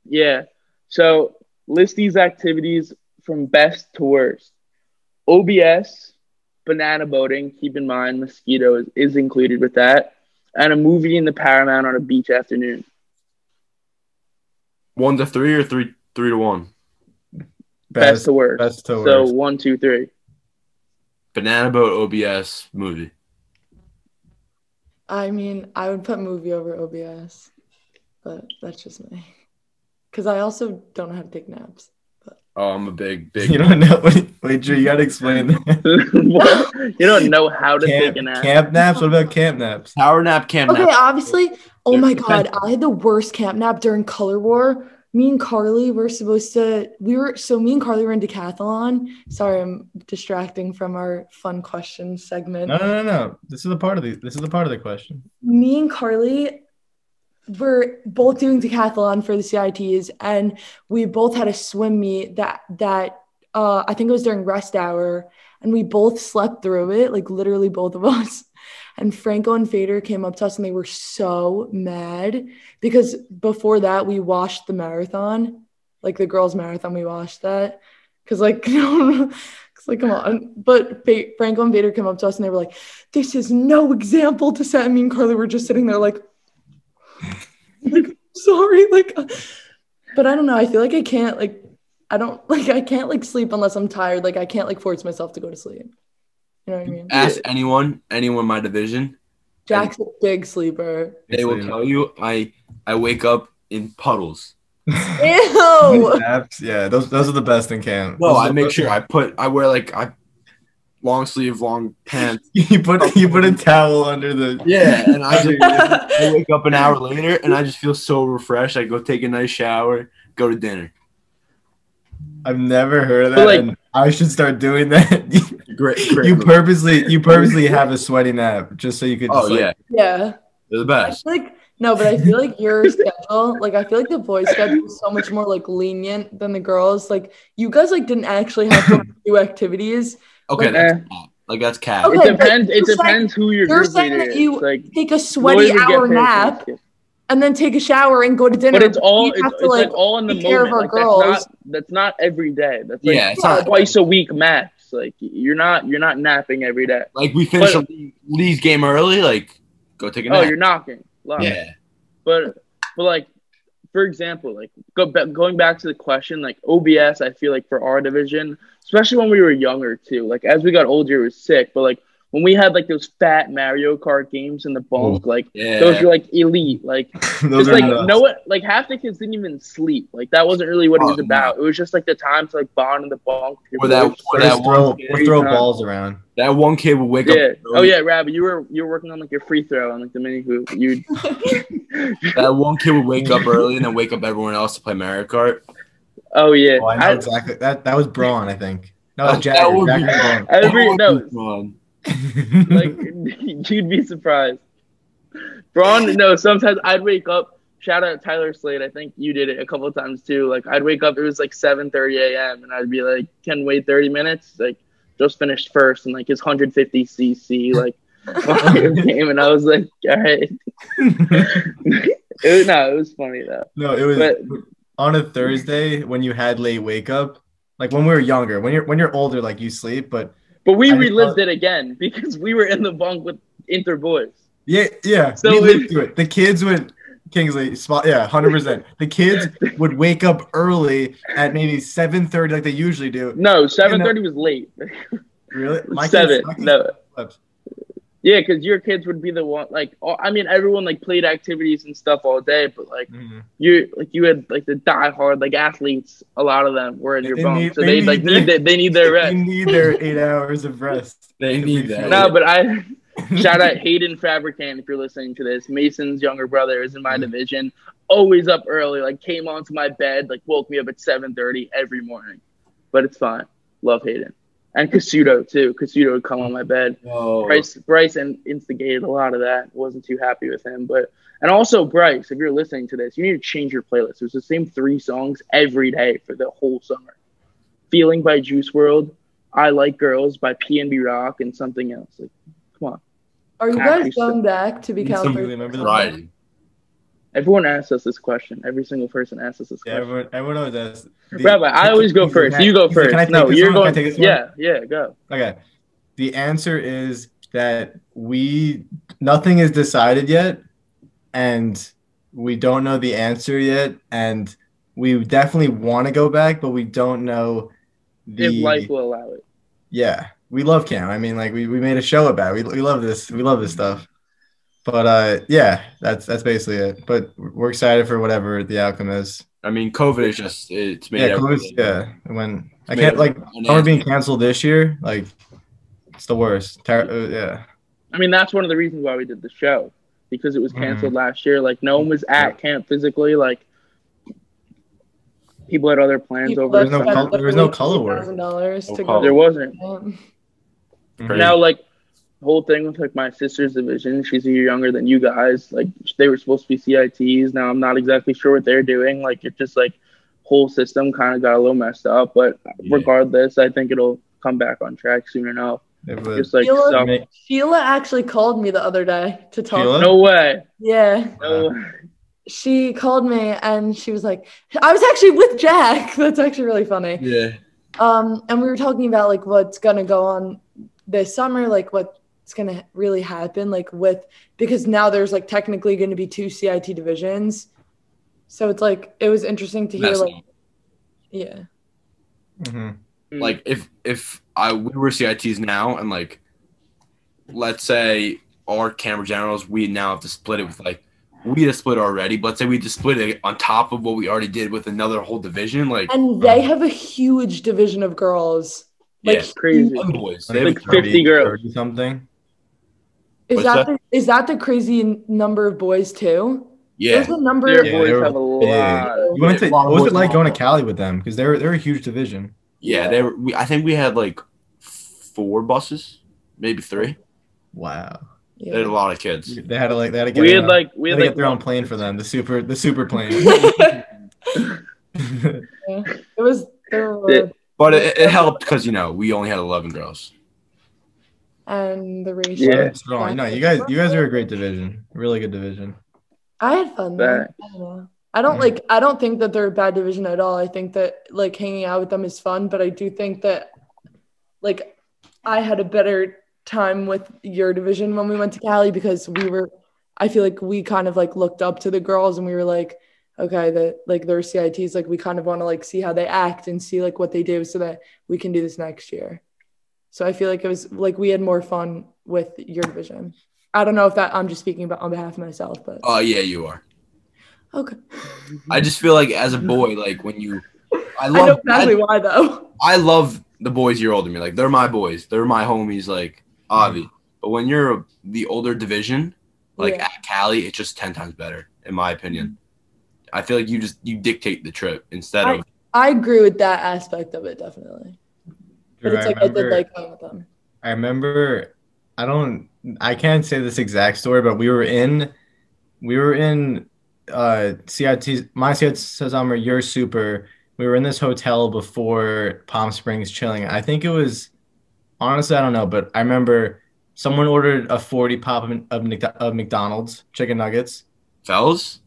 Yeah. So list these activities from best to worst. OBS, banana boating. Keep in mind, mosquito is, is included with that, and a movie in the Paramount on a beach afternoon.
One to three or three three to one.
Best,
Best,
to worst.
best to
so
worst.
one, two, three. [laughs]
Banana boat OBS movie.
I mean, I would put movie over OBS, but that's just me. Because I also don't know how to take naps.
Oh, I'm a big
[laughs]
big.
you don't know. Wait, wait, Drew, you gotta explain that.
What? you don't know how to
[laughs] camp,
take an nap.
camp naps? What about camp
[laughs]
naps?
Power nap, cam
Okay,
nap.
obviously. Oh
There's
my
the
god, I had the worst camp nap during Color War. Me and Carly were supposed to. We were so me and Carly were in decathlon. Sorry, I'm distracting from our fun question segment.
No, no, no, no. This is a part of the. This is a part of the question.
me and Carly were both doing decathlon for the CITs, and we both had a swim meet that that uh, I think it was during rest hour, and we both slept through it, like literally both of us. And Franco and Fader came up to us, and they were so mad because before that we watched the marathon, like the girls' marathon. We watched that because, like, [laughs] it's like come on. But Fa- Franco and Fader came up to us, and they were like this is no example to set. Me and Carly were just sitting there like, [laughs] like sorry, like, uh, but I don't know. I feel like I can't like, I don't [laughs] like, I can't like sleep unless I'm tired. Like I can't like force myself to go to sleep. You know what I mean?
Ask anyone, anyone in my division,
Jack's a big sleeper.
they will tell you I I wake up in puddles.
[laughs]
[laughs]
Ew.
Naps, yeah, those those are the best in camp.
No,
Those are
I
the
make
best-
sure I put I wear like I long sleeve, long pants.
[laughs] you put you put a towel under the.
[laughs] Yeah, and I just I
I
wake up an hour later and I just feel so refreshed. I go take a nice shower, go to dinner.
I've never heard of
But,
that.
like-
and I should start doing that. [laughs]
Great, great
you
move.
purposely, you purposely have a sweaty nap just so you could.
Oh
just, like-
yeah,
Yeah.
they're the
I
best.
feel like no, but I feel like your schedule, like I feel like the boys' schedule is so much more like lenient than the girls. Like you guys like didn't actually
[laughs]
have to do activities.
Okay,
Eh.
that's cat. like that's cat.
Okay,
it
but
depends. It
you're saying-
depends who your
you're
group
saying
leader
that
is.
you-
Like
Take a
boys
sweaty
would get
hour
paid
nap
attention.
and then take a shower and go to dinner.
But it's all
You
it's,
have
it's
to
like,
like,
all in the
take care
moment.
of
Like,
our
that's
girls.
not that's not every day. That's like
yeah, it's
yeah.
not
twice a week max. Like you're not you're not napping every day.
like we finish
But-
a Lee's game early. Like go take a
Oh,
nap.
you're knocking. Love.
yeah,
But but like for example, like go ba- going back to the question, like OBS, I feel like for our division, especially when we were younger too. Like as we got older, it was sick. But like when we had like those fat Mario Kart games in the bunk, like
yeah.
those were like elite. Like
[laughs] those
Just
are
like
nuts.
no one, like half the kids didn't even sleep. Like that wasn't really what it was
Oh, no.
about. It was just like the time to like bond in the bunk.
Or that-
Just,
Or
or
like,
that
just throw,
one-
or throw balls around.
that one kid would wake
yeah.
up.
Oh yeah, Rabbi, you were you were working on like your free throw on like the mini hoop. You
That one kid would wake up early and then wake up everyone else to play Mario Kart.
oh yeah.
Oh, I know
I-
exactly. That that was Braun, I think. No,
That-
that, Jagger.
Oh, that would
Jagger
be-
and Braun.
every no,
Um,
[laughs]
like [laughs] you'd be surprised. Braun, no, sometimes I'd wake up. Shout out Tyler Slade. I think you did it a couple of times too. Like I'd wake up, it was like 7:30 a.m. and I'd be like, "Can wait 30 minutes?" Like just finished first and like his 150 cc like Mario game, and I was like, "All right." [laughs] It was, no, it was funny though.
no, it was
But-
on a Thursday when you had late wake up. Like when we were younger, when you're when you're older, like you sleep, but
But we
I just
relived
thought-
it again because we were in the bunk with Inter boys.
yeah, yeah.
So
we
it-
lived through it. The kids would Kingsley spot, yeah, hundred percent. The kids would wake up early at maybe seven thirty, like they usually do.
No, 7:30 was late.
Really, kids-
Seven.
my kids
No.
slept.
Yeah, because your kids would be the one. Like, all, I mean, everyone like played activities and stuff all day, but like
Mhm.
you, like you had like the diehard like athletes. A lot of them were in your
They
bunk,
need-
so they,
they
like
need
need
their-
they, they need their
They
rest.
need their eight hours of rest.
They
to
need
refuel.
that.
No, but
[laughs]
I shout out Hayden Fabricant if you're listening to this. Mason's younger brother is in my
Mhm.
division. Always up early. Like came onto my bed. Like woke me up at 7:30 every morning. But it's fine. Love Hayden and Casuto too. Casuto would come on my bed.
Oh.
whoa.
Bryce Bryce in- instigated a lot of that. Wasn't too happy with him, but and also Bryce, if you're listening to this, you need to change your playlist. It was the same three songs every day for the whole summer. Feeling by Juice World, I Like Girls by PNB Rock, and something else. Like, come on,
Are you
Actually,
guys going back to be
Need somebody
counselors?
to remember the-
Right.
everyone asks us this question. Every single person asks us this
Yeah,
question.
everyone, everyone always asks. the-
Rabbi, I always go first. You go
He's like,
first.
"Can I take
no,
this
you're
one? Can I
going.
take this one?"
yeah, yeah, go.
Okay. The answer is that we nothing is decided yet, and we don't know the answer yet, and we definitely want to go back, but we don't know the
If life will allow it.
yeah. We love camp. I mean, like we, we made a show about it. We, we love this. We love this
Mm-hmm.
stuff. But uh, yeah, that's that's basically it. But we're excited for whatever the outcome is.
I mean, COVID is just it's made
Yeah, Columbus,
everything-
yeah. When I
made
can't like
everything
summer being canceled this year, like it's the worst. Ter- uh, yeah,
I mean, that's one of the reasons why we did the show because it was canceled
Mm-hmm.
last year. Like, no one was at camp physically. Like, people had other plans
People
over.
There's no
that spend
col- there was no
literally
color work.
$8,000
No
to
color.
go.
There wasn't.
Um,
Crazy.
Now, like, the whole thing with like my sister's division. She's a year younger than you guys. Like, they were supposed to be CITs. Now, I'm not exactly sure what they're doing. Like, it just like whole system kind of got a little messed up. But
Yeah.
regardless, I think it'll come back on track soon enough.
it was.
Just like
Sheila-
some-
Make-
Sheila actually called me the other day to talk.
Sheila?
no way,
Yeah.
Uh,
no. way.
she called me and she was like i was actually with jack [laughs] that's actually really funny
Yeah.
um and we were talking about like what's gonna go on this summer like what's gonna really happen like with because now there's like technically gonna be two cit divisions so it's like it was interesting to hear
That's-
like yeah
Mhm.
like if if I we were CITs now and like let's say our camera generals we now have to split it with like we had to split already but let's say we had to split it on top of what we already did with another whole division like
and they have a huge division of girls like
Yeah.
Crazy.
them boys they
Like
have,
Like 50 girls.
30 something.
is
What's
that
that?
the, is that the crazy number of boys too
Yeah.
There's a number
Their
of
Yeah, they
boys
were
have a
big.
lot. of-
You went to, what was it like
Yeah.
going to Cali with them? Because they're they're a huge division.
Yeah, they were, we, I think we had like four buses, maybe three.
Wow.
They had a
yeah.
lot of kids.
They had to like they had to get
We
their
had
own-
like we
they
had
had to
like
get their own plane for them. The super the super plane.
[laughs]
[laughs] it was there were,
It-
But it, it helped because, you know, we only had 11 girls.
and the ratio.
Yeah.
Strong. No, you guys you guys are a great division. Really good division.
I had fun. though. I don't know. I don't like. I don't think that they're a bad division at all. I think that like hanging out with them is fun, but I do think that like I had a better time with your division when we went to Cali because we were. I feel like we kind of like looked up to the girls and we were like, okay, that like their CITs, like we kind of want to like see how they act and see like what they do so that we can do this next year. So I feel like it was like we had more fun with your division. I don't know if that I'm just speaking about on behalf of myself, but
Oh, yeah, you are.
okay.
I just feel like as a boy, like when you, I
Mm-hmm. I know
love, I,
exactly why though. [laughs]
I love the boys you're older than me. Like they're my boys, they're my homies. Like Avi, but when you're the older division, like
Yeah.
at Cali, it's just ten times better in my opinion. I feel like you just you dictate the trip instead of
I agree with that aspect of it definitely. But
Drew,
it's
I
like I, did
remember-
like hang with them.
I remember I don't I can't say this exact story, but we were in we were in uh CIT my CIT Sazama, your super. We were in this hotel before Palm Springs chilling. I think it was honestly I don't know, but I remember someone ordered a 40 pop of, of, Mc- of McDonald's chicken nuggets.
Fells.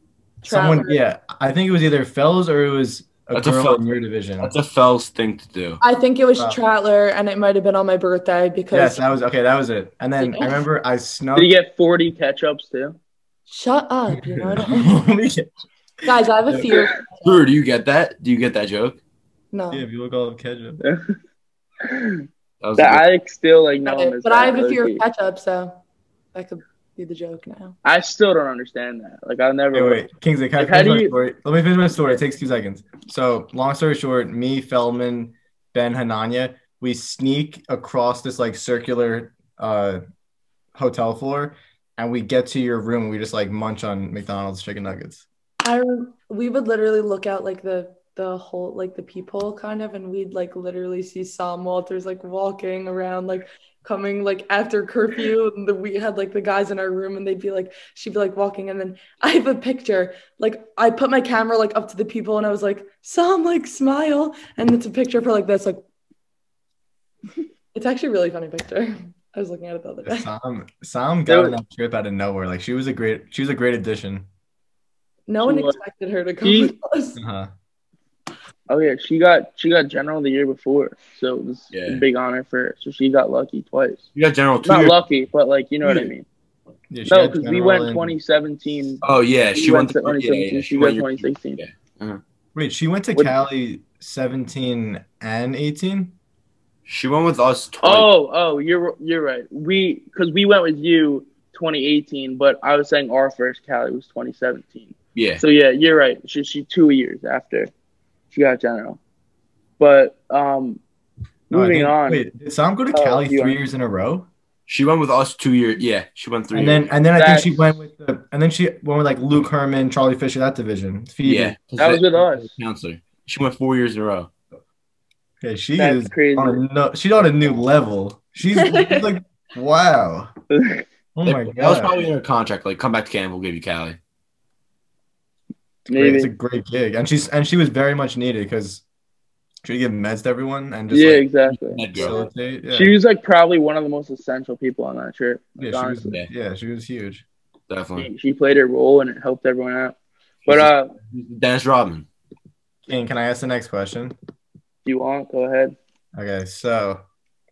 Someone
Travis.
yeah, I think it was either Fells or it was a
That's a
girl
Fel-
in your division.
That's a Fells thing to do.
I think it was
Wow.
Tratler and it might have been on my birthday
yes,
because
that was okay, that was it. And then I
Yeah.
remember I
Did
snuck
you get 40 catch ups too?
shut
[laughs]
up, [laughs] you know what I mean? Guys, I have a
Yeah.
fear.
Drew, do you get that? Do you get that joke?
No.
Yeah, if you look all of ketchup.
That was a
That
good-
I still like no one
But
is
I
that
have a fear
low-key.
of ketchup, so that could be the joke now.
I still don't understand that. Like I never
Wait, wait, Kingsley, can I
Like, how
finish
do
my
you-
story? Let me finish my story. It takes two seconds. So, long story short, me, Feldman, Ben, Hananya, we sneak across this like circular uh, hotel floor, and we get to your room. And we just like munch on McDonald's chicken nuggets.
I rem- we would literally look out like the the whole like the peephole kind of, and we'd like literally see Sam Walters like walking around like coming like after curfew and the, we had like the guys in our room and they'd be like she'd be like walking and then [laughs] i have a picture like i put my camera like up to the people and i was like sam like smile and it's a picture for like this like [laughs] it's actually a really funny picture i was looking at it the other day
Sam, Sam
There
got
was-
on that trip out of nowhere. Like she was a great, she was a great addition.
no one
She was-
expected her to come
She-
with us
Uh-huh.
Oh yeah, she got she got general the year before, so it was
Yeah.
a big honor for her. So she got lucky twice.
You got general two.
Not
years-
lucky, but like you know what I mean.
Yeah, she
No,
had
because we
General
went
in-
2017.
Oh yeah,
we
she went.
to
To, yeah,
2017.
yeah, yeah,
She,
she
went
went. your-
2016.
yeah.
Wait, she went to
What-
Cali 17 and 18?
She went with us twice.
Oh, oh, you're you're right. We because we went with you 2018, but I was saying our first Cali was 2017.
yeah.
So yeah, you're right. She she two years after she got general, but um,
No, I
moving
think-
on.
Wait, did Sam go to
Oh,
Cali
you
three
are-
years in a row?
She went with us two years. Yeah, she went three.
and
years.
then and then I think she
That's-
went with the and then she went with like Luke Herman, Charlie Fisher, that division. Phoebe.
yeah,
That was with us.
Counselor. She went four years in a row.
Okay, she
That's
is
crazy.
on a no, she's on a new level. She's
[laughs]
she's like wow. Oh my
that was
god.
probably in her contract. Like, come back to camp, we'll give you Cali.
Great,
Maybe.
It's a great gig. And she's and she was very much needed because she would give meds to everyone and just
yeah,
like
exactly.
That girl.
facilitate. Yeah.
She was like probably one of the most essential people on that trip. Like,
yeah, she was,
honestly,
honestly.
yeah, she was huge.
Definitely.
she, she played her role and it helped everyone out. But uh, if
Dennis Rodman.
King, can I ask the next question?
you want, go ahead.
Okay, so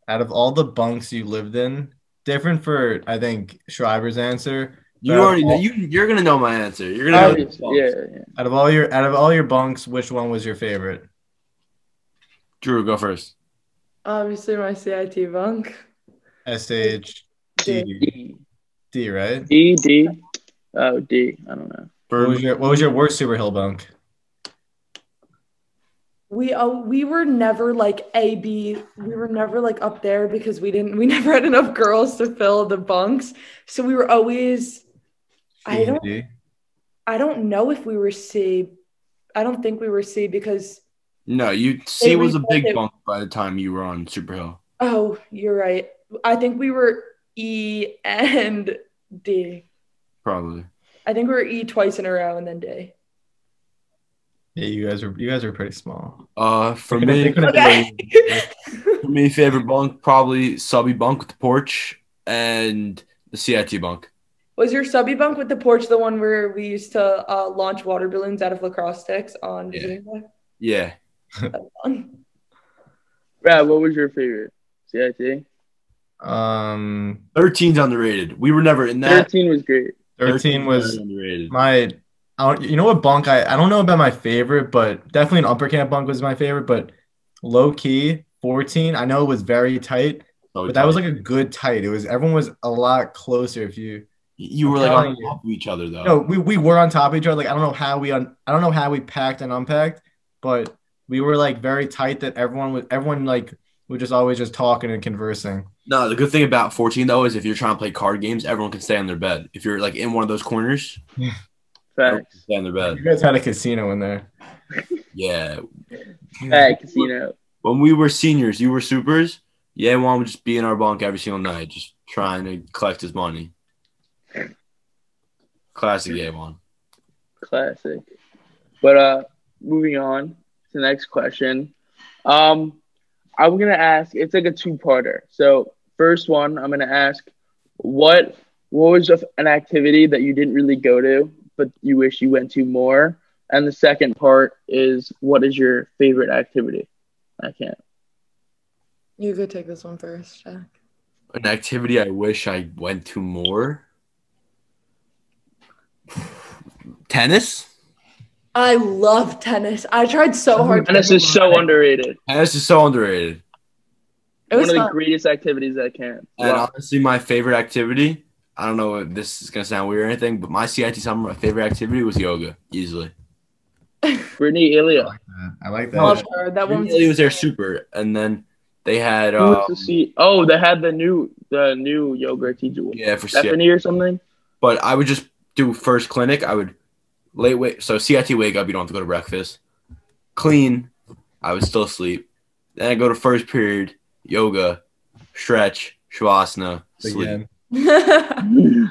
out of all the bunks you lived in, different for I think Shriver's answer.
You
Bro.
already know. You, you're going to know my answer. You're going to know. the
Obviously,
response.
yeah, yeah.
Out of all your out of all your bunks, which one was your favorite?
Drew, go first.
obviously my cit bunk
S H D
D
D, right?
D E, D. Oh D. I don't know.
What was your what was your worst Super Hill bunk?
We uh, we were never like A B. We were never like up there because we didn't. We [laughs] never had enough girls to fill the bunks, so we were always. I
D and
don't.
D.
I don't know if we were C. I don't think we were C because
No, you C was a
rebuilt
big
it.
bump by the time you were on Super Hill.
oh, you're right. I think we were E and D.
Probably.
I think we were E twice in a row and then D. [laughs]
Yeah, you guys are you guys are pretty small.
Uh, for
They couldn't- they
me,
couldn't
Okay.
really-
for me, favorite bunk probably subby bunk with the porch and the CIT bunk.
Was your subby bunk with the porch the one where we used to uh, launch water balloons out of lacrosse sticks on
Yeah.
visiting day?
Yeah,
That was fun.
Brad, what was your favorite? CIT.
Um,
13's underrated. We were never in that.
Thirteen was great.
thirteen was
underrated.
my. I don't, you know what bunk I I don't know about my favorite, but definitely an upper camp bunk was my favorite. But low key fourteen, I know it was very tight,
So
but that was like a good tight. It was everyone was a lot closer. If you
you were
I'm
like on
telling you.
top of each other though.
no, we we were on top of each other. Like I don't know how we un, I don't know how we packed and unpacked, but we were like very tight. That everyone was everyone like was just always just talking and conversing.
No, the good thing about 14 though is if you're trying to play card games, everyone can stay on their bed. If you're like in one of those corners, everyone can
Facts.
stay on their
You
bed.
guys had a casino in there.
Yeah.
Hey, casino.
When we were seniors, you were supers. Yeah, Juan would just be in our bunk every single night, just trying to collect his money. Classic yeah, Juan.
Classic. But uh moving on to the next question. Um I'm gonna ask it's like a two parter. So first one I'm gonna ask what what was a- an activity that you didn't really go to but you wish you went to more? And the second part is what is your favorite activity? I can't.
You could take this one first, Jack.
An activity I wish I went to more. [sighs] Tennis?
I love tennis. I tried so hard. to
Tennis
get
is so
one.
underrated.
Tennis is so underrated.
It was
One of the
fun.
greatest activities I can.
And
Wow.
honestly, my favorite activity, I don't know if this is going to sound weird or anything, but my CIT summer, my favorite activity was yoga, easily.
Brittany Ilya.
I like that.
Love her. That one.
It was their super. And then they had,
Who wants
um,
to see? Oh, they had the new the new yoga teacher.
yeah, for CIT.
Stephanie or something.
But I would just do first clinic. I would late wake. So CIT wake up. You don't have to go to breakfast. Clean. I would still sleep. Then I go to first period yoga, stretch, shavasana, sleep.
Again.
[laughs]
I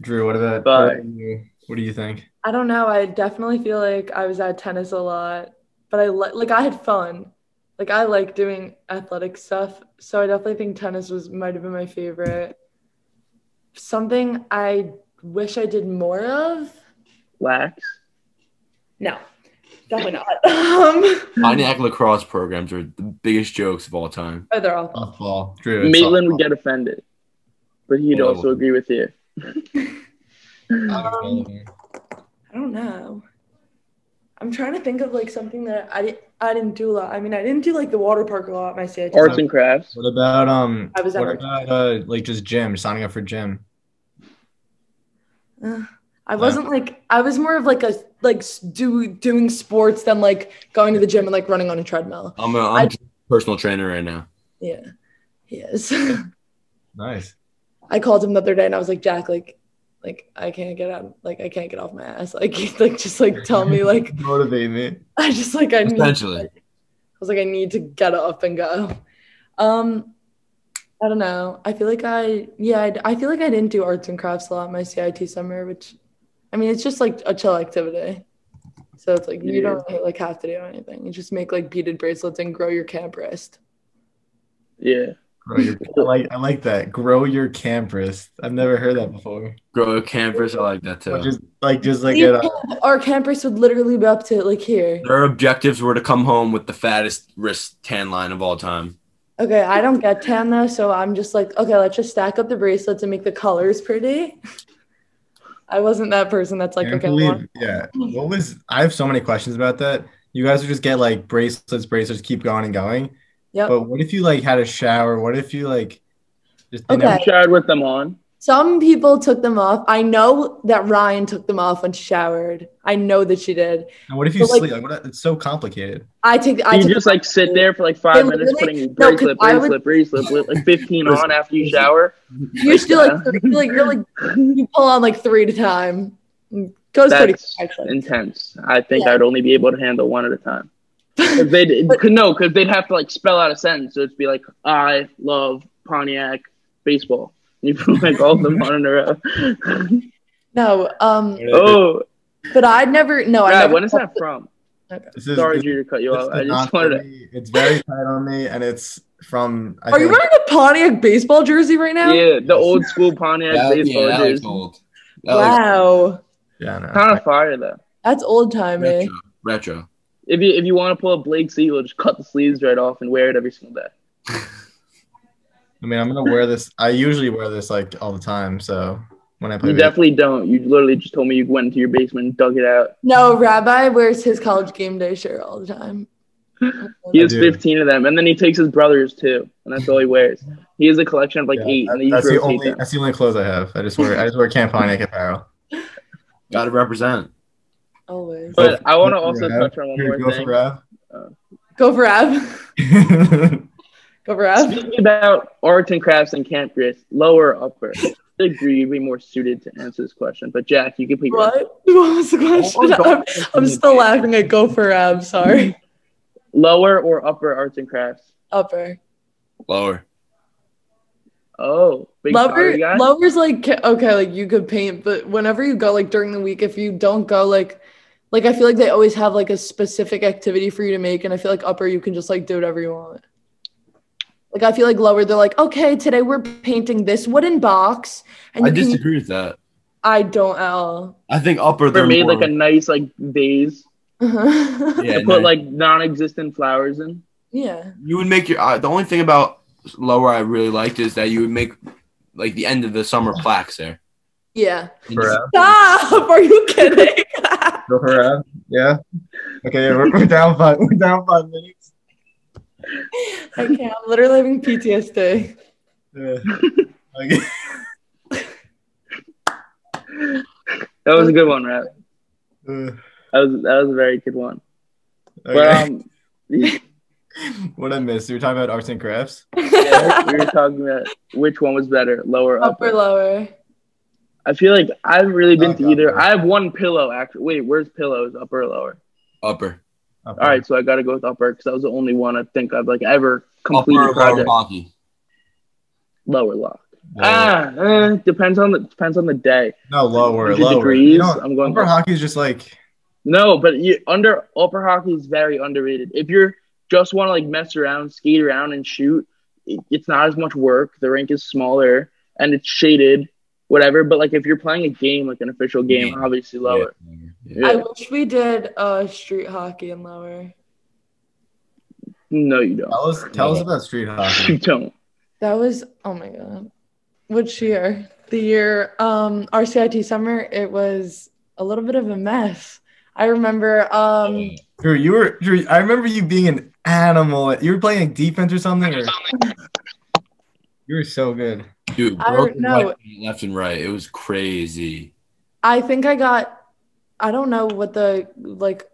Drew, what about
Bye.
what do you- what do you think?
I don't know. I definitely feel like I was at tennis a lot, but I li- like I had fun. Like I like doing athletic stuff, so I definitely think tennis was might have been my favorite. Something I wish I did more of.
Lax.
No, definitely not. [laughs] Um,
Pontiac lacrosse programs are the biggest jokes of all time.
oh, they're awful.
Softball. Drew. it's
Maitland
softball.
would get offended, but he'd
Oh.
also agree with you.
Um, I don't know. I'm trying to think of like something that I didn't I didn't do a lot. I mean, I didn't do like the water park a lot. My CIT.
Arts and crafts.
What about um?
I was at
what
work.
about uh, like just gym? Signing up for gym.
Uh, I wasn't like I was more of like a like s- do doing sports than like going to the gym and like running on a treadmill.
I'm a I'm a personal trainer right now.
Yeah, he is.
Nice.
[laughs] I called him the other day and I was like, Jack, like, like I can't get out, like I can't get off my ass, like, [laughs] like just like tell me, like
Motivate me.
I just like I need, I
Essentially,
was like I need to get up and go. Um, I don't know. I feel like I yeah I, I feel like I didn't do arts and crafts a lot my CIT summer, which I mean it's just like a chill activity. So it's like you don't really, like have to do anything. You just make like beaded bracelets and grow your camp wrist.
Yeah.
Grow your,
[laughs]
I like I like that. Grow your campus. I've never heard that before.
grow a campus. I like that too.
Just like just like
Yeah.
at, uh,
Our camp wrist would literally be up to like here.
Their objectives were to come home with the fattest wrist tan line of all time.
Okay, I don't get tan though, so I'm just like, okay, let's just stack up the bracelets and make the colors pretty. [laughs] I wasn't that person that's like,
can't
okay, I
believe-
want-
yeah. What was? I have so many questions about that. You guys would just get like bracelets, bracelets, keep going and going.
Yep.
But what if you like had a shower? What if you like just they
Okay.
never-
Showered with them on.
Some people took them off. I know that Ryan took them off when she showered. I know that she did.
and what if you
But, like-
sleep? Like what? It's so complicated.
I take. I
You
took
just like sit there for like
They
five
would
minutes,
really-
putting
no, 'cause
bracelet,
I would-
bracelet, bracelet, bla- like fifteen on after you shower.
You're still like, you're like, you're like, you pull on like three at a time. and Goes pretty quick,
That's
actually.
intense. I think
Yeah.
I'd only be able to handle one at a
[laughs]
time. 'Cause they'd
But-
no, because they'd have to like spell out a sentence. So it'd be like, "I love Pontiac baseball." You put [laughs] like all of them on in a row. [laughs]
no, um,
oh,
but I'd never. No, Oh, I
Brad,
never.
when is that from?
This is,
Sorry,
this-
Judy, to cut you
this
off.
did
I
not
just
for
wanted to.
me. It's very tight on me, and it's from. I
Are you
think-
wearing a Pontiac baseball jersey right now?
Yeah, the old school Pontiac
That, yeah,
baseball
that looks
jersey.
old. That looks
Wow,
Yeah, no.
Kind of fire though.
that's old timey.
retro. retro.
If you if you want to pull up Blake Siegel, just cut the sleeves right off and wear it every single day.
I mean, I'm gonna wear this. I usually wear this like all the time. So when I play,
You
video-
definitely don't. You literally just told me you went into your basement and dug it out.
No, Rabbi wears his college game day shirt all the
[laughs]
time.
He has
do.
15 of them, and then he takes his brothers too, and that's all he wears. He has a collection of like
Yeah,
eight, and they
that's
usually
the
rotate
only
them.
that's the only clothes I have. I just wear I just wear Camponic apparel.
Gotta represent.
Always
[laughs] But I want to
Go for
also
Rav.
touch on one
Here,
more
go
thing.
for
go for Ab. [laughs]
[laughs]
Rav.
Go for Ab.
Speaking about arts and crafts and camp grades, lower or upper? I agree you'd be more suited to answer this question. But Jack, you can put your [laughs]
What? [laughs] What was the question?
Oh,
I'm, I'm still laughing at go for Ab. Sorry,
lower or upper arts and crafts.
upper.
Lower.
Oh, big pottery
Lover,
guy.
lover's like ca- okay, like you could paint, but whenever you go like during the week, if you don't go like, like I feel like they always have like a specific activity for you to make, and I feel like upper you can just like do whatever you want. Like I feel like lower, they're like, okay, today we're painting this wooden box, and
I
you can-
disagree with that.
I don't [laughs] L.
I think upper
Ever
they're
made
more,
like a nice like vase
yeah.
yeah,
to put
no.
like non-existent flowers in.
yeah,
you would make your uh, the only thing about lower I really liked is that you would make like the end of the summer plaques there. And
For
just-
Rav.
Stop! [laughs] Are you kidding?
Go for Rav. Yeah. Okay, we're, we're down five. We're down five
[laughs]
minutes.
I can't. I'm literally having PTSD.
Yeah. [laughs] Okay.
That was a good one, Rap.
Uh,
That was that was a very good one. But
okay.
um, [laughs] yeah, um,
what I missed? You were talking about arts and crafts.
we were talking about which one was better, lower, or upper.
Upper lower.
I feel like I haven't really been
Oh,
to
God,
either.
bro.
I have one pillow actually. Wait, where's pillows? Upper or lower?
upper.
All right, so I got to go with upper because that was the only one I think I've like ever completed
Upper lower
project.
hockey.
Lower lock.
Uh,
Ah, eh, depends on the depends on the day.
no, lower,
Is it
lower.
degrees?
You know,
I'm going
upper hockey is just like
No, but you, under upper hockey is very underrated. If you're just want to like mess around, skate around, and shoot, it, it's not as much work. The rink is smaller and it's shaded, whatever. But like if you're playing a game, like an official game,
Yeah.
obviously lower.
Yeah, yeah.
Yeah.
I wish we did uh street hockey in lower.
No, you
[laughs]
don't.
tell us tell us
Yeah.
about street
You
hockey.
don't.
That was oh my god. Which year? The year um RCIT summer, it was a little bit of a mess. I remember um
Drew, you were Drew, I remember you being an animal. You were playing like defense or something. Or... you were so good.
Dude,
I
broken
don't know.
left, left and right. It was crazy.
I think I got I don't know what the like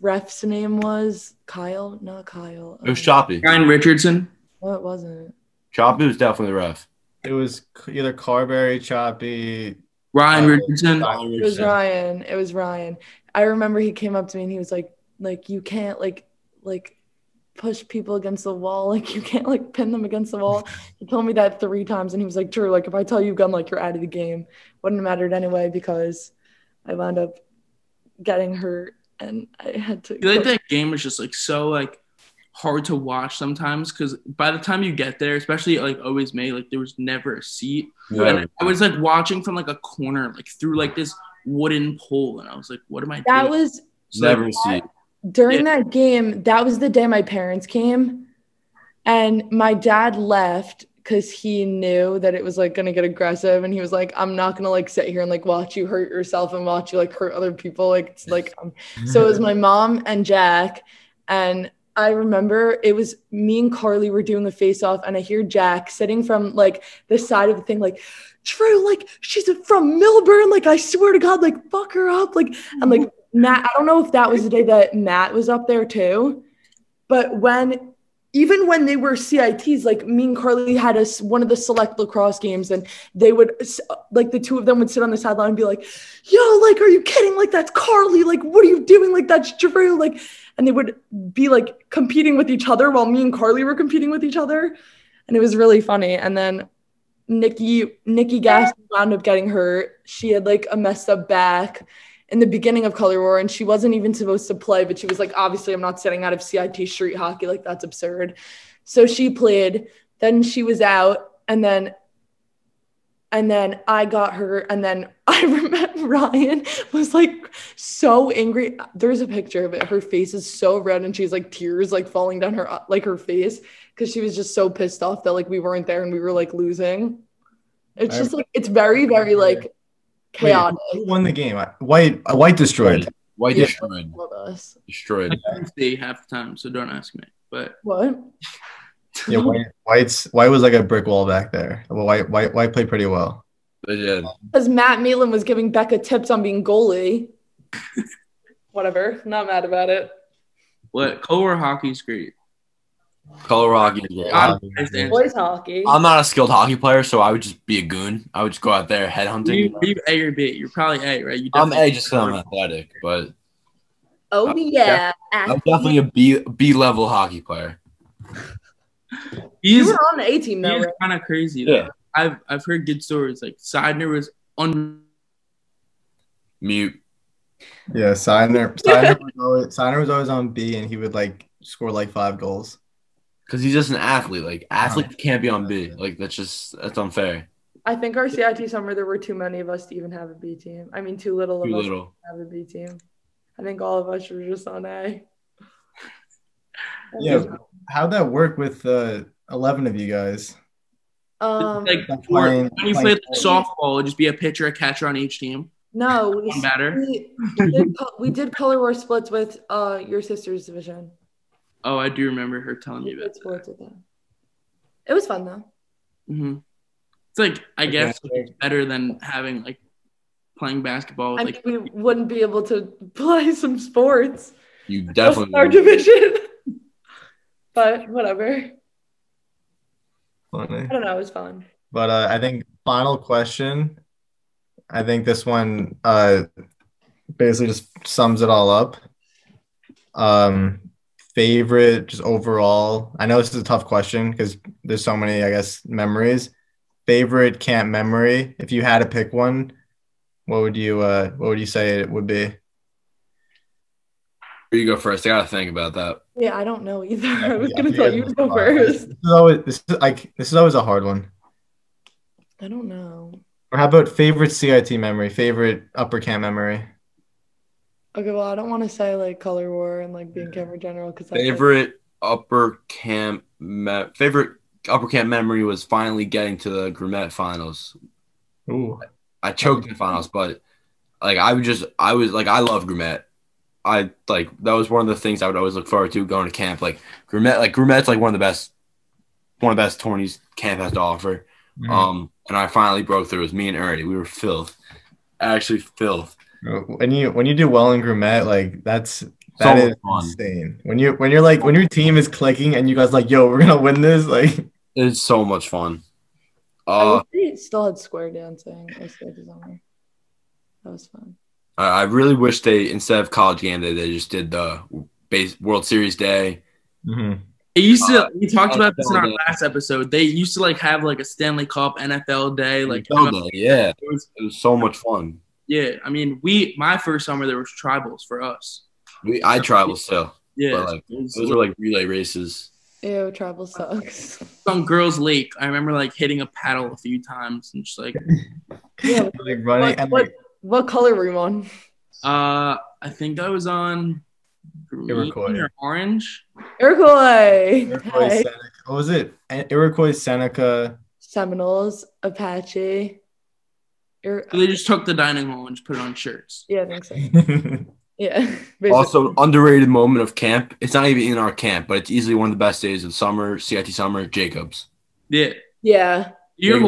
ref's name was. Kyle? Not Kyle.
It was
Um,
choppy.
Ryan Richardson.
No, it wasn't.
Choppy was definitely rough.
It was either Carberry, Choppy.
Ryan
Uh,
Richardson.
It was Ryan. It was Ryan. I remember he came up to me and he was like, like you can't like like push people against the wall. [laughs] Like you can't like pin them against the wall. He told me that three times and he was like, Drew, like if I tell you gun like you're out of the game. Wouldn't have mattered anyway because I wound up getting hurt and I had to
I feel like that game is just like so like hard to watch sometimes because by the time you get there, especially like always May, like there was never a seat.
Yeah.
And I was like watching from like a corner, like through like this wooden pole, and I was like, "What am I
that
doing?"
was
Never see.
during that game, that was the day my parents came, and my dad left because he knew that it was like gonna get aggressive, and he was like, "I'm not gonna like sit here and like watch you hurt yourself and watch you like hurt other people." Like it's like, um, so it was my mom and Jack, and I remember it was me and Carly were doing a face off, and I hear Jack sitting from like the side of the thing, like, True, like she's from Milburn, like I swear to God, like fuck her up, like and like Matt. I don't know if that was the day that Matt was up there too, but when even when they were CITs, like me and Carly had us one of the select lacrosse games, and they would s- like the two of them would sit on the sideline and be like, "Yo, like, are you kidding? Like, that's Carly. Like, what are you doing? Like, that's Drew. Like," and they would be like competing with each other while me and Carly were competing with each other, and it was really funny. And then Nikki Nikki Gas wound up getting hurt. She had like a messed up back in the beginning of Color War, and she wasn't even supposed to play, but she was like, obviously, I'm not sitting out of CIT street hockey. Like, that's absurd. So she played, then she was out, and then and then I got her, and then [laughs] I remember Ryan was like so angry. There's a picture of it. Her face is so red, and she's like tears like falling down her like her face because she was just so pissed off that like we weren't there and we were like losing. It's
I
just like it's very very like
[laughs] Wait,
chaotic.
who won the game? White uh, White destroyed.
White
Yeah.
destroyed.
with us.
Destroyed.
I can't see half the time, so don't ask me. But
What?
Yeah,
[laughs]
White White's White was like a brick wall back there. Well, White White White played pretty well.
They did.
Because Matt Malin was giving Becca tips on being goalie. [laughs] Whatever. Not mad about it.
what Color hockey's great.
Color hockey. is great.
Um,
Guys, they-
Boys hockey.
I'm not a skilled hockey player, so I would just be a goon. I would just go out there headhunting.
you, are you A or B? You're probably A, right? You
I'm A
definitely-
just because I'm athletic, but
oh yeah.
I'm definitely a B B level hockey player.
You
He's
were on the A team though,
he's
right?
kind of crazy. Though.
Yeah.
I've I've heard good stories. Like Sidner was on.
Mute.
Yeah,
[laughs]
Signer Signer was always Signer was always on B, and he would like score like five goals.
Because he's just an athlete. Like athletes can't be on B. Like that's just that's unfair.
I think our CIT summer there were too many of us to even have a B team. I mean too little of
Too
us to
little.
have a B team. I think all of us were just on A.
Yeah, how'd that work with uh, eleven of you guys?
Um
like or
playing-
when you play
playing-
like, softball, it'd just be a pitcher, a catcher on each team.
no, we,
One
[laughs]
batter.
we, we did, co- we did color war splits with uh your sister's division.
Oh, I do remember her telling
We
me
did
that.
sports with them. It was fun though.
hmm It's like I
Okay.
guess it's better than having like playing basketball. With,
I
like
mean, we wouldn't be able to [laughs] play some sports.
You
just
definitely
in our division. [laughs] but whatever.
Funny.
I don't know. It was fun.
But uh, I think final question. I think this one uh, basically just sums it all up. Um, favorite, just overall. I know this is a tough question because there's so many, I guess, memories. Favorite camp memory. If you had to pick one, what would you uh, what would you say it would be?
you go first. I gotta think about that.
Yeah, I don't know either. [laughs] [laughs] I
Yeah,
was
yeah,
gonna
yeah,
tell you to
that's
go
fine.
first.
This is always this is like this is always a hard one.
I don't know.
Or how about favorite CIT memory? Favorite upper camp memory?
Okay, well, I don't want to say like color war and like being camera general because
Favorite upper camp me- favorite upper camp memory was finally getting to the Grumet finals.
Ooh.
I choked in the finals, but like I would just I was like I love Grumet. I like that was one of the things I would always look forward to going to camp. Like Grumet, like Grumet's like one of the best, one of the best tourneys camp has to offer.
Mm-hmm.
Um, and I finally broke through. It was me and Ernie. We were filth, actually filth.
Um, When you when you do well in Grumet, like that's that
much
is
fun.
insane. When you when you're like when your team is clicking and you guys like, yo, we're gonna win this, like
It's so much fun.
I
Uh,
wish we still had square dancing. or square design. That was fun.
I I really wish they instead of college game day they just did the base World Series day. Mm-hmm.
[laughs]
it used to. We talked about this in our
NFL day.
last episode. They used to like have like a Stanley Cup NFL day. Like
Oh, day. yeah,
it was-
it was so much fun.
yeah. I mean, we my first summer there was tribals for us.
We I travel still.
Yeah,
But, like,
it was-
Those are like relay races.
Ew, travel sucks. [laughs]
on girls' lake. I remember like hitting a paddle a few times and just like
Yeah,
Like running
what,
and
what,
like
what color were you on?
uh I think I was on green
recording.
or orange.
Iroquois.
Iroquois
Hi.
Seneca, what was it? A- Iroquois
[laughs]
Seneca.
Seminoles, Apache. Iro-
So they just took the dining hall and just put it on shirts.
yeah, I think so.
yeah,
Yeah. [laughs] basically.
Also, underrated moment of camp. It's not even in our camp, but it's easily one of the best days of summer. CIT summer, Jacobs.
Yeah.
Yeah.
Your
They-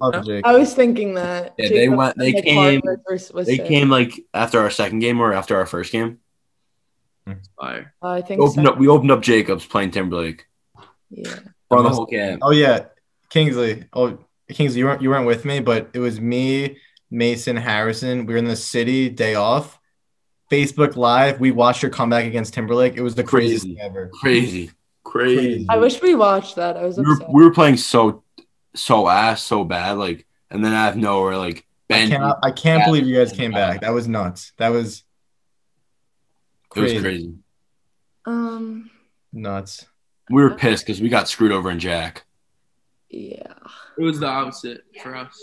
whole division, though.
I was thinking that.
Yeah, they
Jacob
went- they
Nick
came-
Hardwick was- was
They
sick.
came like after our second game or after our first game.
Fire.
Uh, I
We
think so.
opened up. We opened up Jacobs playing Timberlake.
Yeah.
Bro, the whole camp.
Oh yeah, Kingsley. Oh Kingsley, you weren't you weren't with me, but it was me, Mason, Harrison. We were in the city, day off. Facebook Live. We watched your comeback against Timberlake. It was the craziest
Crazy.
thing ever.
Crazy. Crazy.
I wish we watched that. I was
we were,
upset.
we were playing so so ass so bad like and then out of nowhere like
I
Ben
can't, I can't
Yeah.
believe you guys came back. That was nuts. That was
it was crazy.
Um.
nuts.
We were pissed because we got screwed over in Jack.
Yeah.
It was the opposite for us.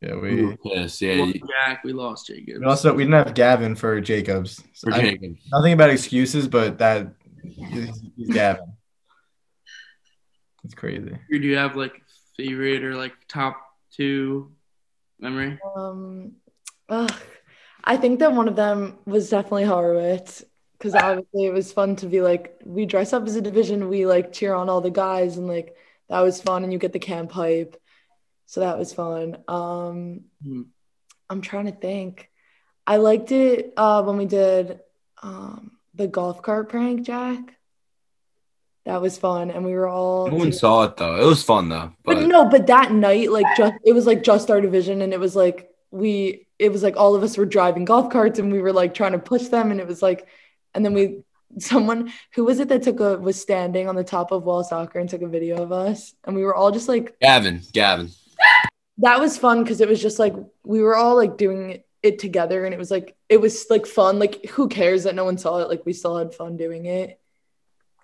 Yeah,
We
we,
were pissed,
We
yeah.
lost
you-
Jack, we lost Jacob.
we also we didn't have Gavin for Jacobs.
For
I-
Jacob.
nothing about excuses, but that he's, he's Gavin. It's crazy.
Do you have like favorite or like top two memory?
Um. Ugh. I think that one of them was definitely Horowitz because obviously it was fun to be like we dress up as a division. We like cheer on all the guys and like that was fun and you get the camp hype. So that was fun. Um.
Hmm.
I'm trying to think. I liked it uh, when we did um, the golf cart prank, Jack. That was fun, and we were all.
No one saw it though. It was fun though.
but,
But
no, but that night, like, just it was like just our division, and it was like we, it was like all of us were driving golf carts, and we were like trying to push them, and it was like, and then we, someone who was it that took a was standing on the top of wall soccer and took a video of us, and we were all just like
Gavin, Gavin.
that was fun because it was just like we were all like doing it together and it was like it was like fun like who cares that no one saw it like we still had fun doing it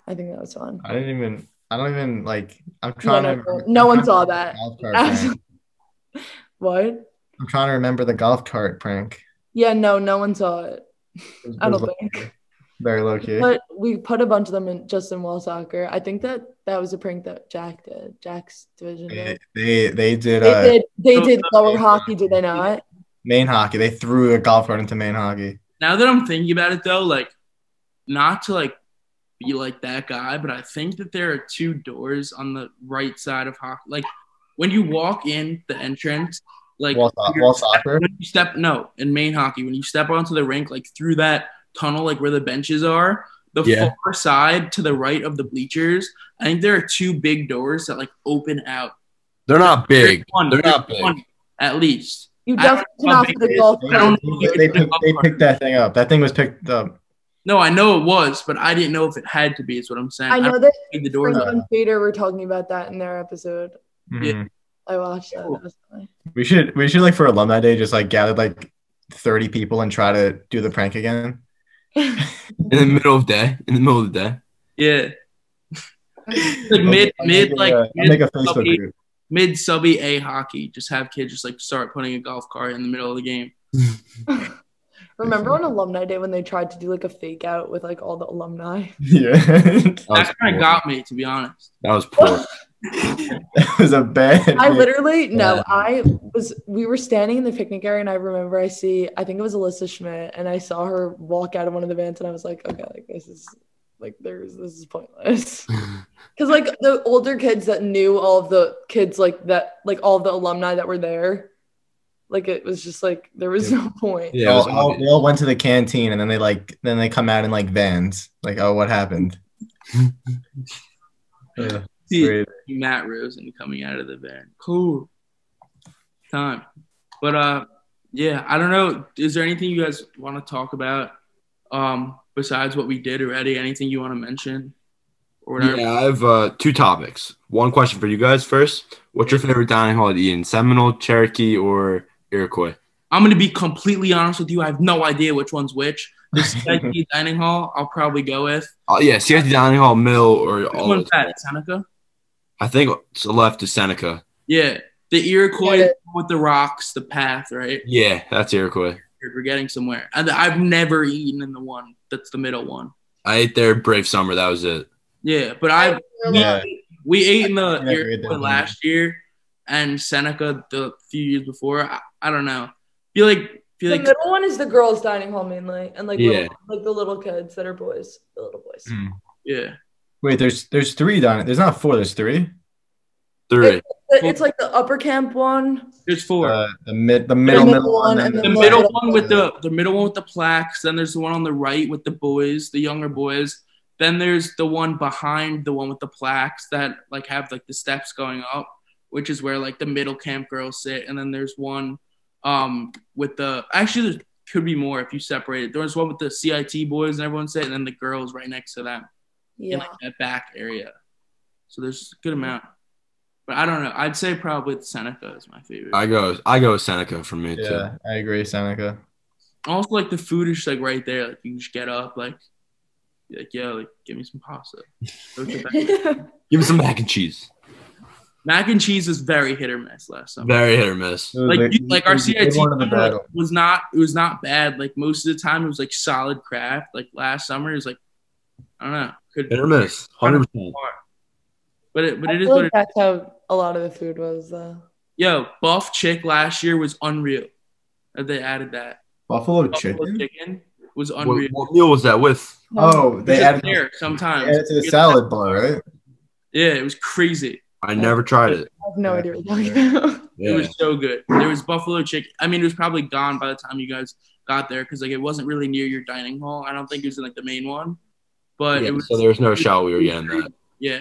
i think that was fun
I didn't even. I don't even like. I'm trying to.
no, no.
remember-
No
I'm
one
trying to
saw
remember
that.
the golf cart
Absolutely.
prank.
what
I'm trying to remember the golf cart
[laughs]
prank.
yeah no no one saw it
It was-
i
it was
don't think
Very low key.
but we put a bunch of them in just in wall soccer i think that that was a prank that jack did jack's division
They
did.
they, they did
they
uh,
did they did lower
they-
hockey did they not
main hockey. They threw a golf cart into main hockey.
Now that I'm thinking about it though, like not to like be like that guy, but I think that there are two doors on the right side of hockey. Like when you walk in the entrance, like
wall, so-
you're-
wall soccer.
when you step no in main hockey when you step onto the rink like through that tunnel like where the benches are the
Yeah.
far side to the right of the bleachers i think there are two big doors that like open out
They're not big.
One,
They're not
there's
big.
one at least
you
I don't
definitely
know how big
They,
not for the golf
don't
they-
cart.
know.
they, they picked, they picked that thing up. That thing was picked up.
no i know it was but i didn't know if it had to be is what i'm saying
i know
don't
that
think the doors
Frank
are
and peter were talking about that in their episode
Mhm.
Yeah.
i watched that, that was funny.
We should we should like for alumni day just like gather like thirty people and try to do the prank again.
In the middle of the day. In the middle of the day.
yeah [laughs] like mid
I'll make
mid
a-
like
I'll
mid,
make a Facebook
puppy.
group. [laughs]
mid subby a hockey just have kids just like start putting a golf cart in the middle of the game
[laughs] Remember on alumni day when they tried to do like a fake out with like all the alumni?
Yeah, that
That was
that kind
poor.
of got me to be honest
that was
[laughs]
poor. [laughs]
was a bad.
I literally no,
Yeah.
I was we were standing in the picnic area and I remember I see I think it was Alyssa Schmidt and I saw her walk out of one of the vans and I was like, okay, like this is like there's this is pointless. [laughs] Cause like the older kids that knew all of the kids like that like all of the alumni that were there, like it was just like there was no point.
They
Yeah, it was
all, all-
obvious.
they all went to the canteen and then they like then they come out in like vans. Like, oh, what happened? yeah,
See,
great.
Matt Rosen coming out of the van. Cool. Time. But uh yeah, I don't know. Is there anything you guys want to talk about? Um, besides what we did already? Anything you want to mention? Or whatever?
Yeah, I have uh, two topics. One question for you guys first. What's your favorite dining hall to eat in? Seminole, Cherokee, or Iroquois?
I'm gonna be completely honest with you. I have no idea which one's which.
[laughs]
The CIT dining hall, I'll probably go with.
Oh yeah, CIT dining hall, Mill, or
Which
all.
one's
those.
that? Seneca?
I think to the left is Seneca.
Yeah. The Iroquois
Yeah.
with the rocks, the path, right?
Yeah, that's Iroquois.
We're getting somewhere. And I've never eaten in the one that's the middle one.
I ate there brave summer. That was it.
Yeah, but I
Yeah.
we ate in the
Yeah, we ate
Iroquois
that
last year and Seneca the few years before. I, I don't know. Feel like feel
The
like
middle one is the girls' dining hall mainly, and like
Yeah.
little, like the little kids that are boys, the little boys.
Mm.
yeah.
Wait, there's there's three down. There's not four. There's three.
Three.
But It's like the upper camp one.
There's four.
Uh, the mid the middle
middle
middle
one
one and
and
the
then
middle
the-
one with the the middle one with the plaques. Then there's the one on the right with the boys, the younger boys. Then there's the one behind the one with the plaques that like have like the steps going up, which is where like the middle camp girls sit. And then there's one um with the actually there could be more if you separate it. There's one with the CIT boys and everyone sit, and then the girls right next to them in
Yeah.
like that back area. So there's a good amount. But I don't know. I'd say probably the Seneca is my favorite.
I go I go Seneca for me too.
Yeah, I agree, Seneca.
also like the food is like right there. Like you just get up, like be like yeah, like give me some pasta. Go to bed.
[laughs]
Give me some mac and cheese.
Mac and cheese was very hit or miss last summer.
Very hit or miss.
like you, like our CIT
one of the
summer,
battle.
like, was not it was not bad. Like most of the time it was like solid craft. Like last summer it was like I don't know could
Hit or miss. Hundred percent.
but it but
I
it is
feel
what
like
it,
that's how a lot of the food was uh, though.
yo buff chick last year was unreal that they added that
Buffalo
Buffalo
chicken.
chicken was unreal.
What, what meal was that with?
Oh, they
Just
added, they
there sometimes
added to the salad bowl, right?
Yeah, it was crazy.
I never tried it.
I have no
Yeah.
idea what you're talking about. [laughs]
Yeah.
It was so good. There was buffalo chicken. I mean, it was probably gone by the time you guys got there because like it wasn't really near your dining hall. I don't think it was in like the main one, but
Yeah,
it was.
so there was no shot we were getting that.
yeah,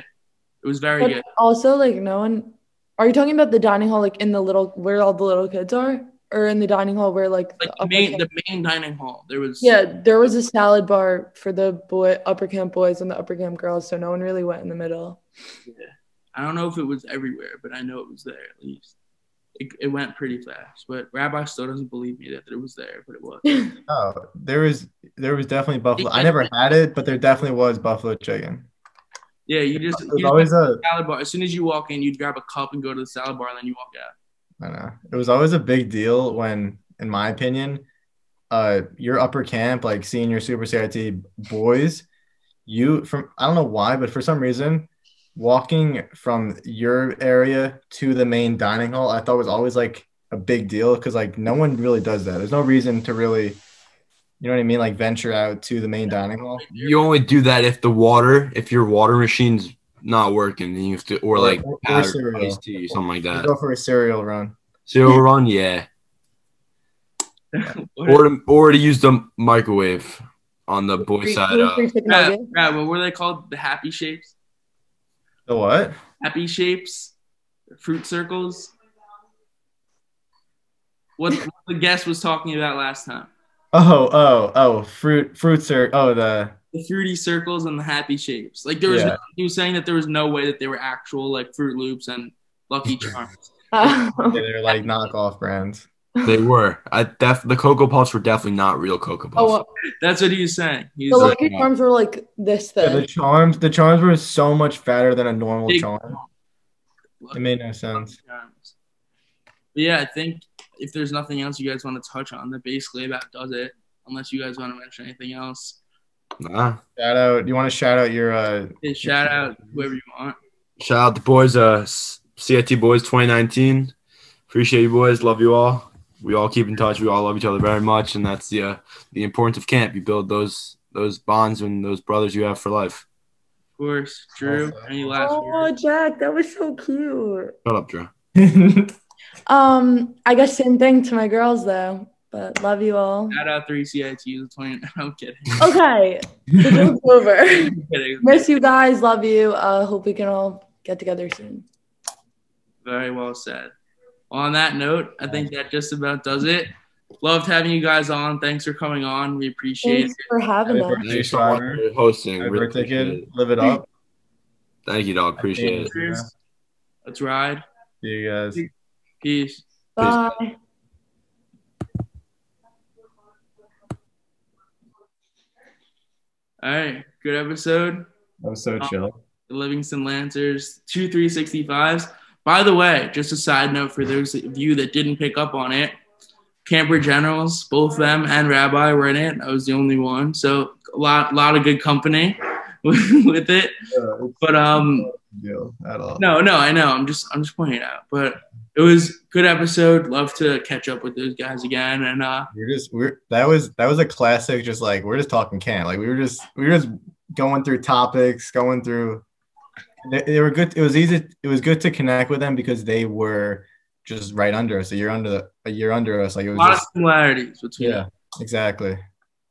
it was very
But
good.
also, like, no one. Are you talking about the dining hall, like in the little where all the little kids are, or in the dining hall where like,
Like the
upper
main,
camp-
the main dining hall. There was.
uh, Yeah, there was a salad bar for the boy upper camp boys and the upper camp girls, so no one really went in the middle.
I don't know if it was everywhere, but I know it was there at least. It, it went pretty fast, but Rabbi still doesn't believe me that it was there, but it was.
Oh, there was there was definitely buffalo. I never had it, but there definitely was buffalo chicken.
Yeah, you just you
There's
just
always a
salad bar. As soon as you walk in, you'd grab a cup and go to the salad bar, and then you walk out.
I know. It was always a big deal when, in my opinion, uh, your upper camp, like senior super CIT boys, you from I don't know why, but for some reason, walking from your area to the main dining hall, I thought was always like a big deal because like no one really does that. There's no reason to really, you know what I mean, like venture out to the main dining hall.
You only do that if the water, if your water machine's not working, then you have to, or like
Or- or
powder
cereal.
iced tea, something like
You
that.
go for a cereal run.
Cereal run, yeah,
What-
or to, or to use the microwave on the boy
Free-
side. Uh,
free chicken
Crab,
nugget. [laughs]
crab, what were they called? The happy shapes?
The what?
Happy shapes? Fruit circles? What, what the guest was talking about last time.
Oh, oh, oh, fruit, fruit, sir. Oh, the
The fruity circles and the happy shapes. Like there was no, he was saying that there was no way that they were actual like Fruit Loops and
[laughs]
Lucky Charms.
Oh,
yeah, they're like knockoff brands.
they were. I def the cocoa puffs were definitely not real cocoa puffs.
oh, well,
That's what he was saying. He
the
was
like-
lucky charms were like this
Yeah, the
thing.
charms, the charms were so much fatter than a normal
Big
charm.
like,
It made no
Lucky
sense.
Charms. But yeah, I think if there's nothing else you guys want to touch on, that basically about does it. Unless you guys want to mention anything else.
Nah.
Shout out. You want to shout out your [laughs] uh
Hey, shout out whoever you want.
Shout out the boys, uh, S- CIT boys 2019. Appreciate you boys. Love you all. We all keep in touch. We all love each other very much, and that's the uh, the importance of camp. You build those those bonds and those brothers you have for life.
Of course, Drew.
Also-
Any last
Oh,
words?
Jack, that was so cute.
Shut up, Drew.
Um, I guess same thing to my girls though, but love you all.
Shout out three CITs. The twenty. [laughs] I'm kidding.
Okay, the joke's over. [laughs]
I'm kidding.
Miss you guys. Love you. Uh, hope we can all get together soon.
Very well said. On that note, I think that just about does it. Loved having you guys on. Thanks for coming on. We appreciate
Thanks
it.
for having
Happy
us.
Thank you so much for hosting.
Happy
Really
birthday,
appreciate
kid.
it.
Live it up.
Thank you, dog. Appreciate it.
Yeah.
Let's ride.
See you guys.
Peace.
Bye.
All right. Good episode.
That was
Um,
so chill.
The Livingston Lancers, two 365s. By the way, just a side note for those of you that didn't pick up on it, Camper Generals, both them and Rabbi were in it. I was the only one. So a lot, lot of good company [laughs] with it.
Uh, it's
But um,
deal at all.
no, no, I know. I'm just, I'm just pointing it out. But it was good episode. Love to catch up with those guys again. And uh,
We're just we're that was that was a classic. Just like we're just talking can. Like we were just we were just going through topics, going through. They, they were good. It was easy. It was good to connect with them because they were just right under us. A year under the, a year under us. Like it
a
was.
lot of
Just,
similarities between.
yeah. Exactly.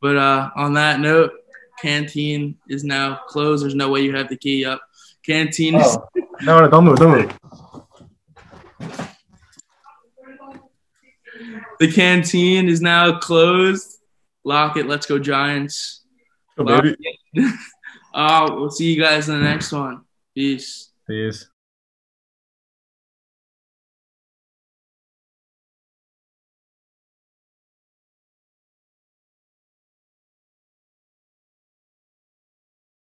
But uh, on that note, canteen is now closed. There's no way you have the key up. Canteen is
Oh. No, no, don't move, don't move.
the canteen is now closed. Lock it. Let's go Giants.
Oh, baby.
Uh, we'll see you guys in the next one. Peace.
Please.